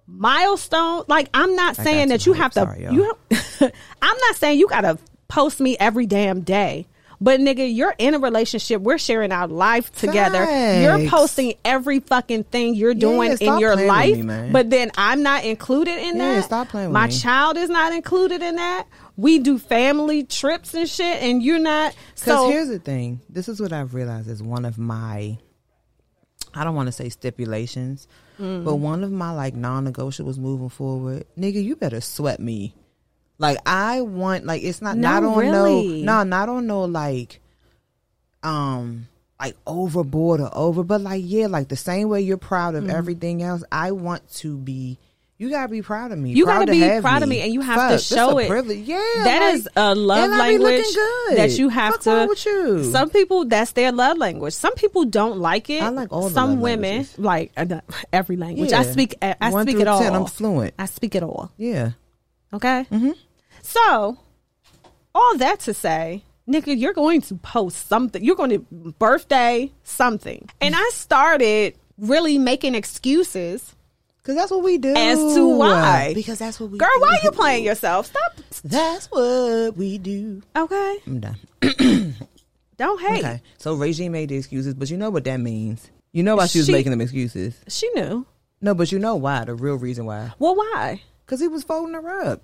Speaker 1: Milestone, like I'm not
Speaker 2: I
Speaker 1: saying
Speaker 2: got
Speaker 1: that
Speaker 2: you,
Speaker 1: you
Speaker 2: babe.
Speaker 1: have to.
Speaker 2: Sorry, y'all.
Speaker 1: you, have- I'm not saying you gotta post me every damn day. But nigga, you're in a relationship. We're sharing our life together. You're
Speaker 2: Facts.
Speaker 1: posting every fucking thing you're doing in
Speaker 2: stop
Speaker 1: your
Speaker 2: playing with
Speaker 1: life.
Speaker 2: me, man.
Speaker 1: but then I'm not included in
Speaker 2: Yeah,
Speaker 1: that.
Speaker 2: stop playing with
Speaker 1: My
Speaker 2: me.
Speaker 1: child is not included in that. We do family trips and shit, and you're not.
Speaker 2: Because
Speaker 1: So
Speaker 2: here's the thing. This is what I've realized is one of my, I don't want to say stipulations,
Speaker 1: Mm.
Speaker 2: but one of my like non-negotiables moving forward. Nigga, you better sweat me. Like I want, like it's not
Speaker 1: No,
Speaker 2: not on
Speaker 1: really.
Speaker 2: no, no, not on no like, um, like overboard or over, but like yeah, like the same way you're proud
Speaker 1: Mm-hmm.
Speaker 2: of everything else. I want to be. You gotta be proud of me.
Speaker 1: You
Speaker 2: proud
Speaker 1: gotta
Speaker 2: to
Speaker 1: be
Speaker 2: have
Speaker 1: proud of me, and you have to
Speaker 2: Fuck, this a
Speaker 1: show it.
Speaker 2: privilege. Yeah,
Speaker 1: that
Speaker 2: like,
Speaker 1: is a love
Speaker 2: and I be looking
Speaker 1: language
Speaker 2: good.
Speaker 1: that you have
Speaker 2: Fuck
Speaker 1: to.
Speaker 2: wrong with you.
Speaker 1: Some people that's their love language. Some people don't like it.
Speaker 2: I like all the
Speaker 1: Some
Speaker 2: love
Speaker 1: women
Speaker 2: languages.
Speaker 1: like uh, not- every language. I
Speaker 2: Yeah.
Speaker 1: speak. I I
Speaker 2: One
Speaker 1: speak
Speaker 2: through
Speaker 1: it all.
Speaker 2: 10, I'm fluent.
Speaker 1: I speak it all.
Speaker 2: Yeah.
Speaker 1: Okay. Mm-hmm. So, all that to say, nigga, you're going to post something. You're going to birthday something. And I started really making excuses
Speaker 2: Because that's what we do.
Speaker 1: as to why.
Speaker 2: Because that's what we
Speaker 1: Girl,
Speaker 2: do.
Speaker 1: why you playing yourself? Stop.
Speaker 2: That's what we do.
Speaker 1: Okay.
Speaker 2: I'm done.
Speaker 1: Don't hate.
Speaker 2: Okay. So Regine made the excuses, but you know what that means. You know why she was
Speaker 1: She-
Speaker 2: making them excuses.
Speaker 1: She knew.
Speaker 2: No, but you know why. The real reason why.
Speaker 1: Well, why?
Speaker 2: Because he was folding her up.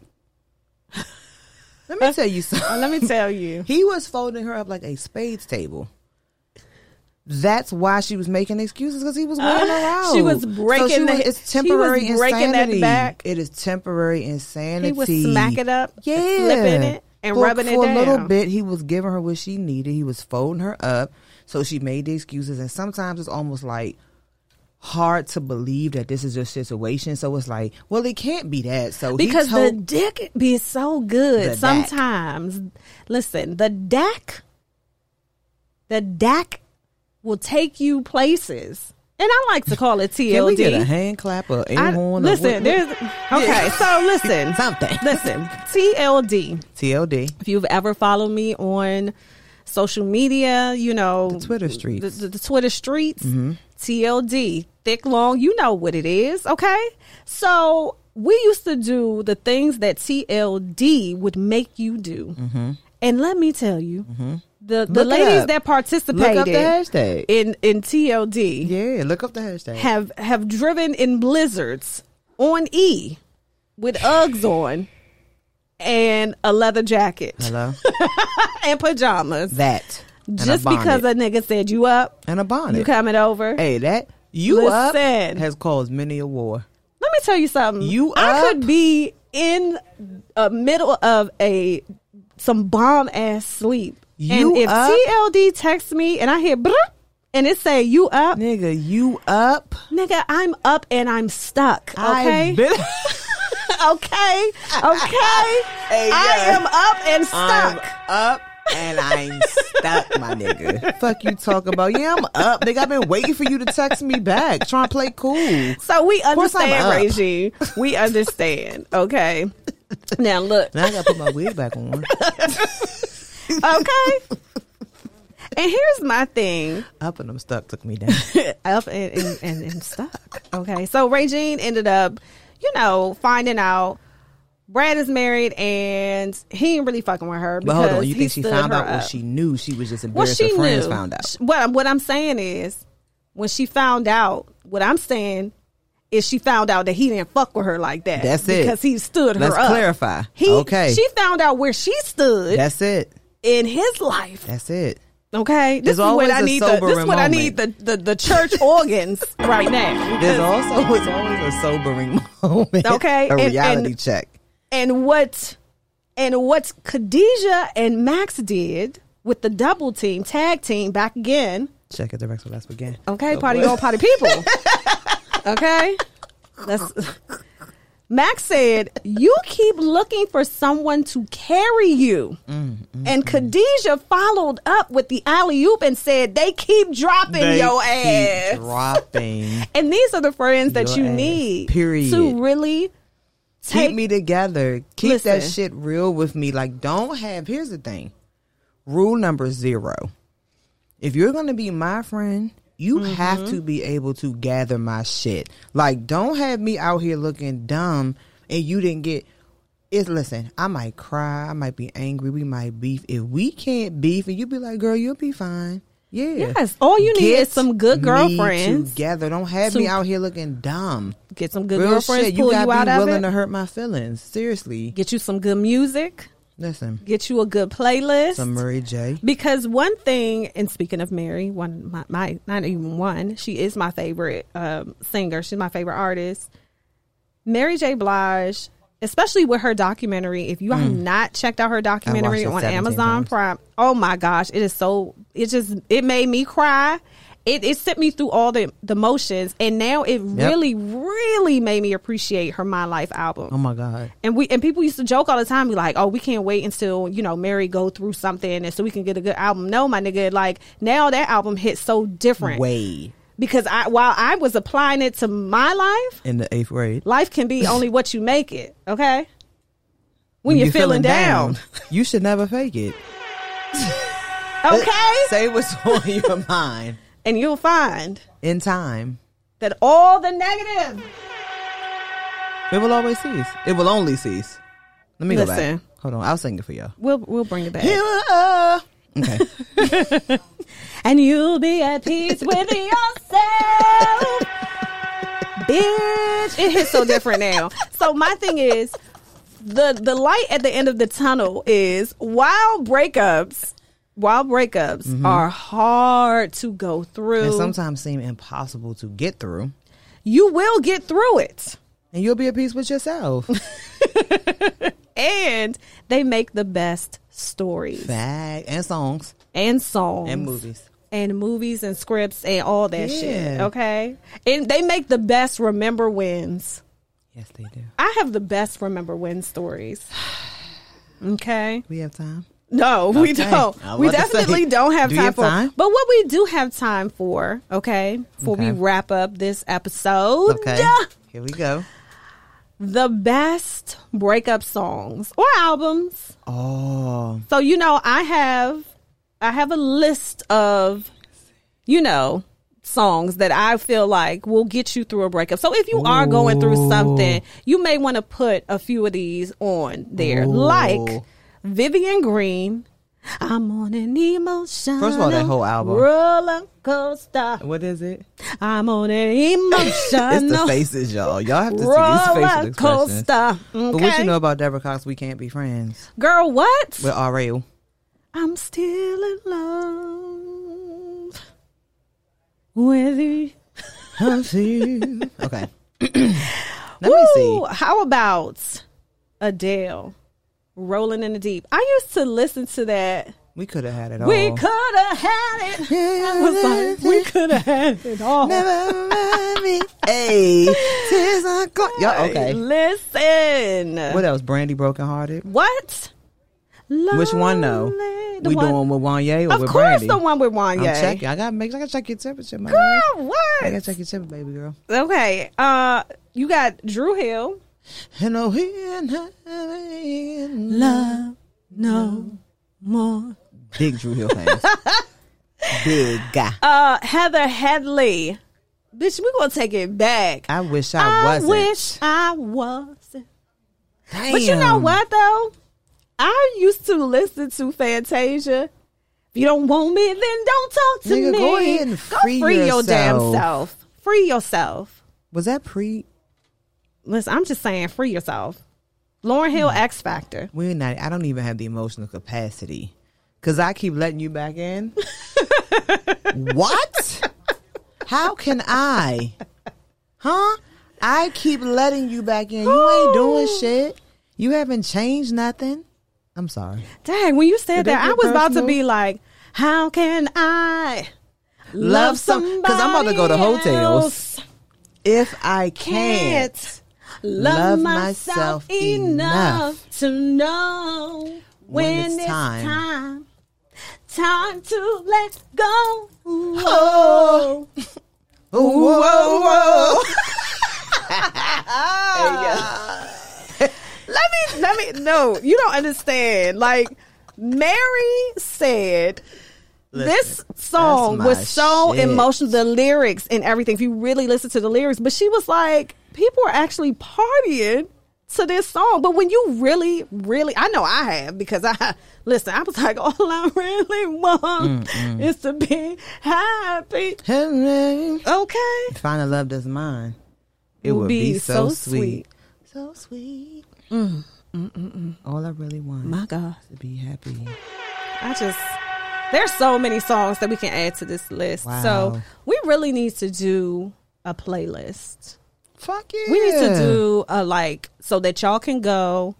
Speaker 2: Let me tell you something.
Speaker 1: Uh, Let me tell you.
Speaker 2: He was folding her up like a spades table. That's why she was making excuses because he was wearing her out.
Speaker 1: Uh, she was breaking
Speaker 2: she
Speaker 1: the-
Speaker 2: was-
Speaker 1: she
Speaker 2: it's temporary
Speaker 1: was breaking that
Speaker 2: insanity.
Speaker 1: back.
Speaker 2: It is temporary insanity.
Speaker 1: He was smack it up,
Speaker 2: yeah,
Speaker 1: flipping it, and
Speaker 2: for,
Speaker 1: rubbing it
Speaker 2: for
Speaker 1: down.
Speaker 2: a little bit. He was giving her what she needed. He was folding her up, so she made the excuses. And sometimes it's almost like hard to believe that this is your situation. So it's like, well, it can't be that. So
Speaker 1: because
Speaker 2: he told,
Speaker 1: the dick be so good
Speaker 2: The dak.
Speaker 1: sometimes. Listen, the DAC, the DAC will take you places, and I like to call it TLD.
Speaker 2: can we get a hand clap or a
Speaker 1: I-
Speaker 2: horn? or
Speaker 1: listen,
Speaker 2: what-
Speaker 1: there's okay. So listen,
Speaker 2: Something.
Speaker 1: Listen, TLD.
Speaker 2: TLD.
Speaker 1: If you've ever followed me on social media, you know
Speaker 2: The Twitter streets. Mm-hmm.
Speaker 1: the, the, the Twitter streets, TLD, thick long. You know what it is, okay? So we used to do the things that TLD would make you do, and let me tell you, the the
Speaker 2: Mm-hmm. Look it
Speaker 1: ladies
Speaker 2: up.
Speaker 1: that
Speaker 2: Look
Speaker 1: participated
Speaker 2: up the hashtag.
Speaker 1: in in TLD
Speaker 2: Yeah, look up the hashtag.
Speaker 1: have have driven in blizzards on E with Uggs on and a leather jacket
Speaker 2: Hello?
Speaker 1: and pajamas.
Speaker 2: that. And a
Speaker 1: just
Speaker 2: bonnet.
Speaker 1: because a nigga said you up,
Speaker 2: And a bonnet.
Speaker 1: you coming over.
Speaker 2: Hey, that. You up
Speaker 1: Listen.
Speaker 2: has caused many a war.
Speaker 1: Let me tell you something.
Speaker 2: You
Speaker 1: I
Speaker 2: up?
Speaker 1: could be in a middle of a some bomb ass sleep.
Speaker 2: You
Speaker 1: and if
Speaker 2: up?
Speaker 1: TLD texts me and I hear "Brrr," and it say you up,
Speaker 2: Nigga, you up.
Speaker 1: nigga, I'm up and I'm stuck. Okay.
Speaker 2: I've been-
Speaker 1: okay, okay.
Speaker 2: Hey,
Speaker 1: I
Speaker 2: yeah.
Speaker 1: am up and
Speaker 2: I'm
Speaker 1: stuck.
Speaker 2: up and I'm stuck, my nigga. Fuck you talk about. Yeah, I'm up. Nigga, I've been waiting for you to text me back. Trying to play cool.
Speaker 1: so we
Speaker 2: course I'm
Speaker 1: understand,
Speaker 2: up.
Speaker 1: Reggie. We understand. Okay. Now look.
Speaker 2: Now I gotta put my wig back on.
Speaker 1: Okay. And here's my thing.
Speaker 2: Up and I'm stuck took me down.
Speaker 1: up and, and, and, and stuck. Okay. So Regine ended up, you know, finding out Brad is married and he ain't really fucking with her.
Speaker 2: But hold on,
Speaker 1: because
Speaker 2: you
Speaker 1: he
Speaker 2: think she
Speaker 1: stood
Speaker 2: found
Speaker 1: her
Speaker 2: out or
Speaker 1: up.
Speaker 2: she knew she was just
Speaker 1: Well,
Speaker 2: embarrassed
Speaker 1: she
Speaker 2: her friends
Speaker 1: knew.
Speaker 2: found out.
Speaker 1: Sh- What I'm, what I'm saying is, when she found out, what I'm saying is she found out that he didn't fuck with her like that.
Speaker 2: That's it.
Speaker 1: Because he stood
Speaker 2: Let's
Speaker 1: her up.
Speaker 2: clarify.
Speaker 1: He,
Speaker 2: Okay.
Speaker 1: She found out where she stood
Speaker 2: That's it.
Speaker 1: in his life.
Speaker 2: That's it.
Speaker 1: Okay. This
Speaker 2: There's
Speaker 1: is what
Speaker 2: always
Speaker 1: I
Speaker 2: a
Speaker 1: need. The, this is
Speaker 2: sobering
Speaker 1: what I
Speaker 2: moment.
Speaker 1: need. The, the the church organs right now.
Speaker 2: There's also it's always a sobering moment.
Speaker 1: Okay,
Speaker 2: a
Speaker 1: and- and-
Speaker 2: reality check.
Speaker 1: and what and what Khadijah and Max did with the double team, tag team back again.
Speaker 2: Check at the Rex last again.
Speaker 1: Okay, party all party people. okay, let's. Max said, "You keep looking for someone to carry you,"
Speaker 2: Mm,
Speaker 1: and Khadijah followed up with the alley oop and said, "They keep dropping
Speaker 2: They
Speaker 1: your
Speaker 2: keep
Speaker 1: ass."
Speaker 2: dropping.
Speaker 1: and these are the friends that you
Speaker 2: Your ass.
Speaker 1: need
Speaker 2: Period.
Speaker 1: to really take
Speaker 2: Keep me together. Keep that
Speaker 1: Listen.
Speaker 2: shit real with me. Like, don't have. Here's the thing. Rule number zero. If you're gonna be my friend, you have
Speaker 1: Mm-hmm.
Speaker 2: to be able to gather my shit. Like, don't have me out here looking dumb and you didn't get. It's listen, I might cry, I might be angry, we might beef. If we can't beef, and you be like, girl, you'll be fine. Yeah.
Speaker 1: Yes, all you need is some good
Speaker 2: me
Speaker 1: girlfriends.
Speaker 2: together. Don't have me
Speaker 1: to-
Speaker 2: out here looking dumb.
Speaker 1: Get some good
Speaker 2: Real
Speaker 1: girlfriends,
Speaker 2: shit, you
Speaker 1: pull you,
Speaker 2: gotta
Speaker 1: out
Speaker 2: be
Speaker 1: of
Speaker 2: willing
Speaker 1: it.
Speaker 2: to hurt my feelings. Seriously,
Speaker 1: Get you some good music.
Speaker 2: listen,
Speaker 1: Get you a good playlist.
Speaker 2: some Murray J.
Speaker 1: Because one thing, and speaking of Mary, one my, my not even one, she is my favorite um, singer. She's my favorite artist. Mary J. Blige, especially with her documentary. If you have not checked out her documentary
Speaker 2: Mm. it
Speaker 1: on
Speaker 2: 17
Speaker 1: Amazon
Speaker 2: times.
Speaker 1: Prime, oh my gosh, it is so. It just it made me cry. It, it sent me through all the, the motions, and now it really, really made me appreciate her My Life album
Speaker 2: Oh my god,
Speaker 1: and we and people used to joke all the time, be like, "Oh, we can't wait until you know Mary go through something, and so we can get a good album." No, my nigga, like now that album hit so different
Speaker 2: way
Speaker 1: because I while I was applying it to my life,
Speaker 2: in the eighth grade.
Speaker 1: life can be only what you make it. Okay, when, you're, feeling, down.
Speaker 2: you should never fake it.
Speaker 1: okay,
Speaker 2: Say what's on your mind
Speaker 1: and you'll find
Speaker 2: in time.
Speaker 1: that all the negative.
Speaker 2: It will always cease. It will only cease. Let me go
Speaker 1: Listen.
Speaker 2: back. Hold on, I'll sing it for y'all.
Speaker 1: We'll we'll bring it back,
Speaker 2: Okay.
Speaker 1: and you'll be at peace with yourself. bitch. It hits so different now. So my thing is the the light at the end of the tunnel is while breakups while breakups are hard to go
Speaker 2: and
Speaker 1: through,
Speaker 2: sometimes seem impossible to get through,
Speaker 1: you will get through it.
Speaker 2: and you'll be at peace with yourself.
Speaker 1: And they make the best stories
Speaker 2: Fact and songs
Speaker 1: and songs
Speaker 2: and movies.
Speaker 1: and movies and scripts and all that shit.
Speaker 2: Yeah.
Speaker 1: Okay. And they make the best remember wins.
Speaker 2: Yes, they do.
Speaker 1: I have the best remember win stories. Okay.
Speaker 2: We have time.
Speaker 1: No, we
Speaker 2: Okay. I
Speaker 1: don't.
Speaker 2: was
Speaker 1: We
Speaker 2: about to
Speaker 1: definitely
Speaker 2: say,
Speaker 1: don't have
Speaker 2: do you
Speaker 1: time
Speaker 2: have
Speaker 1: for.
Speaker 2: time?
Speaker 1: But what we do have time for, okay, before we
Speaker 2: Okay.
Speaker 1: wrap up this episode,
Speaker 2: Okay. Here we go.
Speaker 1: the best breakup songs or albums.
Speaker 2: Oh,
Speaker 1: So you know, I have, I have a list of, you know, songs that I feel like will get you through a breakup. So if you are going through something, you may want to put a few of these on there, like
Speaker 2: Ooh.
Speaker 1: Vivian Green. I'm on an emotional.
Speaker 2: First of all, that whole album.
Speaker 1: roller coaster.
Speaker 2: what is it?
Speaker 1: I'm on an
Speaker 2: It's the
Speaker 1: emotional
Speaker 2: faces, y'all. Y'all have to see these facial
Speaker 1: roller
Speaker 2: expressions.
Speaker 1: coaster. Okay,
Speaker 2: But what you know about Deborah Cox? We can't be friends.
Speaker 1: girl, what?
Speaker 2: With Ariel.
Speaker 1: I'm still in love with you.
Speaker 2: okay. Let me see.
Speaker 1: Woo! How about Adele rolling in the deep? I used to listen to that.
Speaker 2: We could have had it all.
Speaker 1: We could have had it. I was like, we could have had it all.
Speaker 2: Never mind me. Hey, tears are gone. Y'all, okay.
Speaker 1: Listen.
Speaker 2: What else? Brandy brokenhearted.
Speaker 1: What?
Speaker 2: Which one though?
Speaker 1: Lonely- the
Speaker 2: we
Speaker 1: one-
Speaker 2: doing with Wanye or
Speaker 1: Of
Speaker 2: with
Speaker 1: course,
Speaker 2: Brandy?
Speaker 1: the one with Wanye.
Speaker 2: I'm checking. I gotta make. I gotta check your temperature, my
Speaker 1: Girl,
Speaker 2: love.
Speaker 1: what?
Speaker 2: I gotta check your temperature, baby girl.
Speaker 1: Okay. Uh, you got Drew Hill.
Speaker 2: And oh, and I-
Speaker 1: Love no more.
Speaker 2: Big Drew Hill fans. Big guy.
Speaker 1: Uh, Heather Headley. Bitch, we gonna take it back.
Speaker 2: I wish I wasn't.
Speaker 1: wish I wasn't.
Speaker 2: Damn.
Speaker 1: But you know what though? I used to listen to Fantasia. If you don't want me, then don't talk to
Speaker 2: Nigga,
Speaker 1: me.
Speaker 2: go ahead and free
Speaker 1: your damn
Speaker 2: yourself.
Speaker 1: self. Free yourself.
Speaker 2: Was that pre?
Speaker 1: Listen, I'm just saying, free yourself. Lauren
Speaker 2: Hmm.
Speaker 1: Hill, X Factor.
Speaker 2: We're not. I don't even have the emotional capacity because I keep letting you back in. what? How can I? Huh? I keep letting you back in. You ain't doing shit. You haven't changed nothing. I'm sorry.
Speaker 1: Dang, when you said
Speaker 2: Did that
Speaker 1: that, I was
Speaker 2: get
Speaker 1: about to
Speaker 2: personal?
Speaker 1: be like, how can I love
Speaker 2: Love some-
Speaker 1: somebody?
Speaker 2: 'cause I'm about to go to hotels.
Speaker 1: else?
Speaker 2: If I can't,
Speaker 1: Can't love,
Speaker 2: love
Speaker 1: myself,
Speaker 2: myself
Speaker 1: enough,
Speaker 2: enough
Speaker 1: to know when, it's, time. time. to let go.
Speaker 2: Oh. Whoa, whoa, whoa.
Speaker 1: Let me, let me, no, you don't understand. Like, Mary said, this song
Speaker 2: that's my
Speaker 1: was so
Speaker 2: shit.
Speaker 1: emotional. The lyrics and everything. If you really listen to the lyrics, but she was like, people are actually partying to this song. But when you really, really, I know I have because I listen. I was like, all I really
Speaker 2: Mm,
Speaker 1: want is to be happy.
Speaker 2: Hello.
Speaker 1: Okay,
Speaker 2: If I love does mine, it
Speaker 1: Will
Speaker 2: would be,
Speaker 1: be
Speaker 2: so,
Speaker 1: so
Speaker 2: sweet. So sweet.
Speaker 1: Mm-hmm.
Speaker 2: All I really want
Speaker 1: my God,
Speaker 2: is to be happy.
Speaker 1: I just there's so many songs that we can add to this list. So
Speaker 2: Wow.
Speaker 1: we really need to do a playlist.
Speaker 2: Fuck yeah.
Speaker 1: We need to do a like so that y'all can go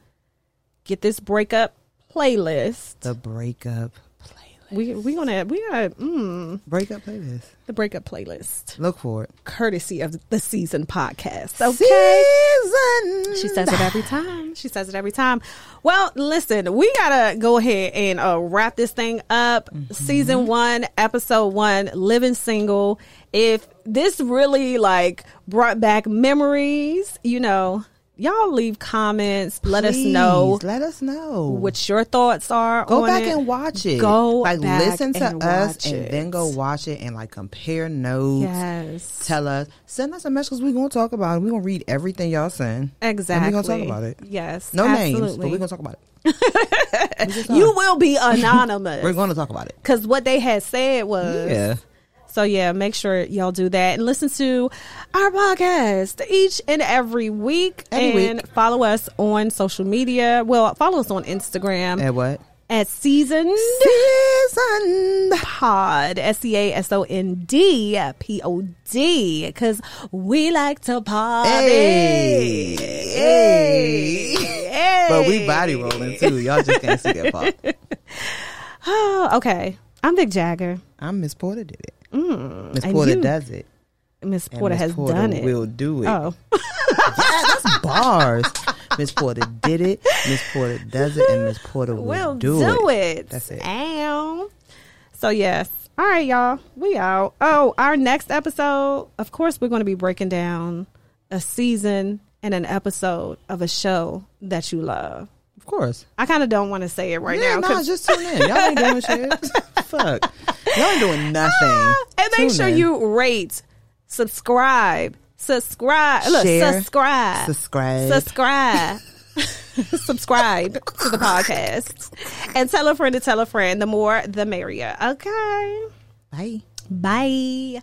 Speaker 1: get this breakup playlist.
Speaker 2: the breakup playlist.
Speaker 1: We we gonna we gotta mm,
Speaker 2: Breakup playlist.
Speaker 1: the breakup playlist
Speaker 2: Look for it.
Speaker 1: courtesy of the season podcast. Okay.
Speaker 2: Season.
Speaker 1: She says it every time. She says it every time. Well, listen, we gotta go ahead and uh, wrap this thing up. Season one, episode one, living single. If this really like brought back memories, you know, y'all leave comments. Let us know
Speaker 2: Please, Let us know.
Speaker 1: what your thoughts are.
Speaker 2: go
Speaker 1: on
Speaker 2: back
Speaker 1: it.
Speaker 2: and watch it.
Speaker 1: Go
Speaker 2: like
Speaker 1: back
Speaker 2: listen to
Speaker 1: and
Speaker 2: us
Speaker 1: watch
Speaker 2: and
Speaker 1: it.
Speaker 2: then go watch it and like compare notes.
Speaker 1: Yes.
Speaker 2: Tell us. Send us a message because we're gonna talk about it. We're gonna read everything y'all send.
Speaker 1: Exactly.
Speaker 2: And we're gonna talk about it.
Speaker 1: Yes.
Speaker 2: No names,
Speaker 1: absolutely.
Speaker 2: but we're gonna talk about it. We just
Speaker 1: You
Speaker 2: are.
Speaker 1: will be anonymous.
Speaker 2: We're gonna talk about it.
Speaker 1: Because what they had said was.
Speaker 2: Yeah.
Speaker 1: So yeah, make sure y'all do that and listen to our podcast each and every week.
Speaker 2: Every
Speaker 1: and
Speaker 2: week.
Speaker 1: follow us on social media. Well, follow us on Instagram
Speaker 2: And what?
Speaker 1: at seasoned
Speaker 2: Season.
Speaker 1: pod S E A S O N D P O D because we like to party.
Speaker 2: Hey. Hey.
Speaker 1: Hey.
Speaker 2: But we body rolling too. Y'all just can't see that part.
Speaker 1: Oh, okay. I'm Vic Jagger.
Speaker 2: I'm Miss Porter did it. Miss
Speaker 1: Mm. and
Speaker 2: Porter
Speaker 1: you-
Speaker 2: does it.
Speaker 1: Miss
Speaker 2: And
Speaker 1: Porter
Speaker 2: Miss
Speaker 1: has
Speaker 2: Porter
Speaker 1: done it.
Speaker 2: Will do it.
Speaker 1: Oh,
Speaker 2: Yeah, that's bars. Miss Porter did it. Miss Porter does it, and Miss Porter will
Speaker 1: we'll
Speaker 2: do,
Speaker 1: it.
Speaker 2: That's it.
Speaker 1: Ow. So yes. All right, y'all. We out. Oh, our next episode, of course, we're going to be breaking down a season and an episode of a show that you love.
Speaker 2: Of course.
Speaker 1: I kind of don't want to say it right
Speaker 2: yeah,
Speaker 1: now.
Speaker 2: nah,
Speaker 1: 'cause-
Speaker 2: just tune in. Y'all ain't doing shit. Fuck. Y'all ain't doing nothing.
Speaker 1: and make
Speaker 2: Tune
Speaker 1: sure
Speaker 2: in.
Speaker 1: you rate, subscribe, subscribe, look,
Speaker 2: Share,
Speaker 1: subscribe,
Speaker 2: subscribe.
Speaker 1: subscribe. subscribe to the podcast and tell a friend to tell a friend the more the merrier okay
Speaker 2: Bye.
Speaker 1: bye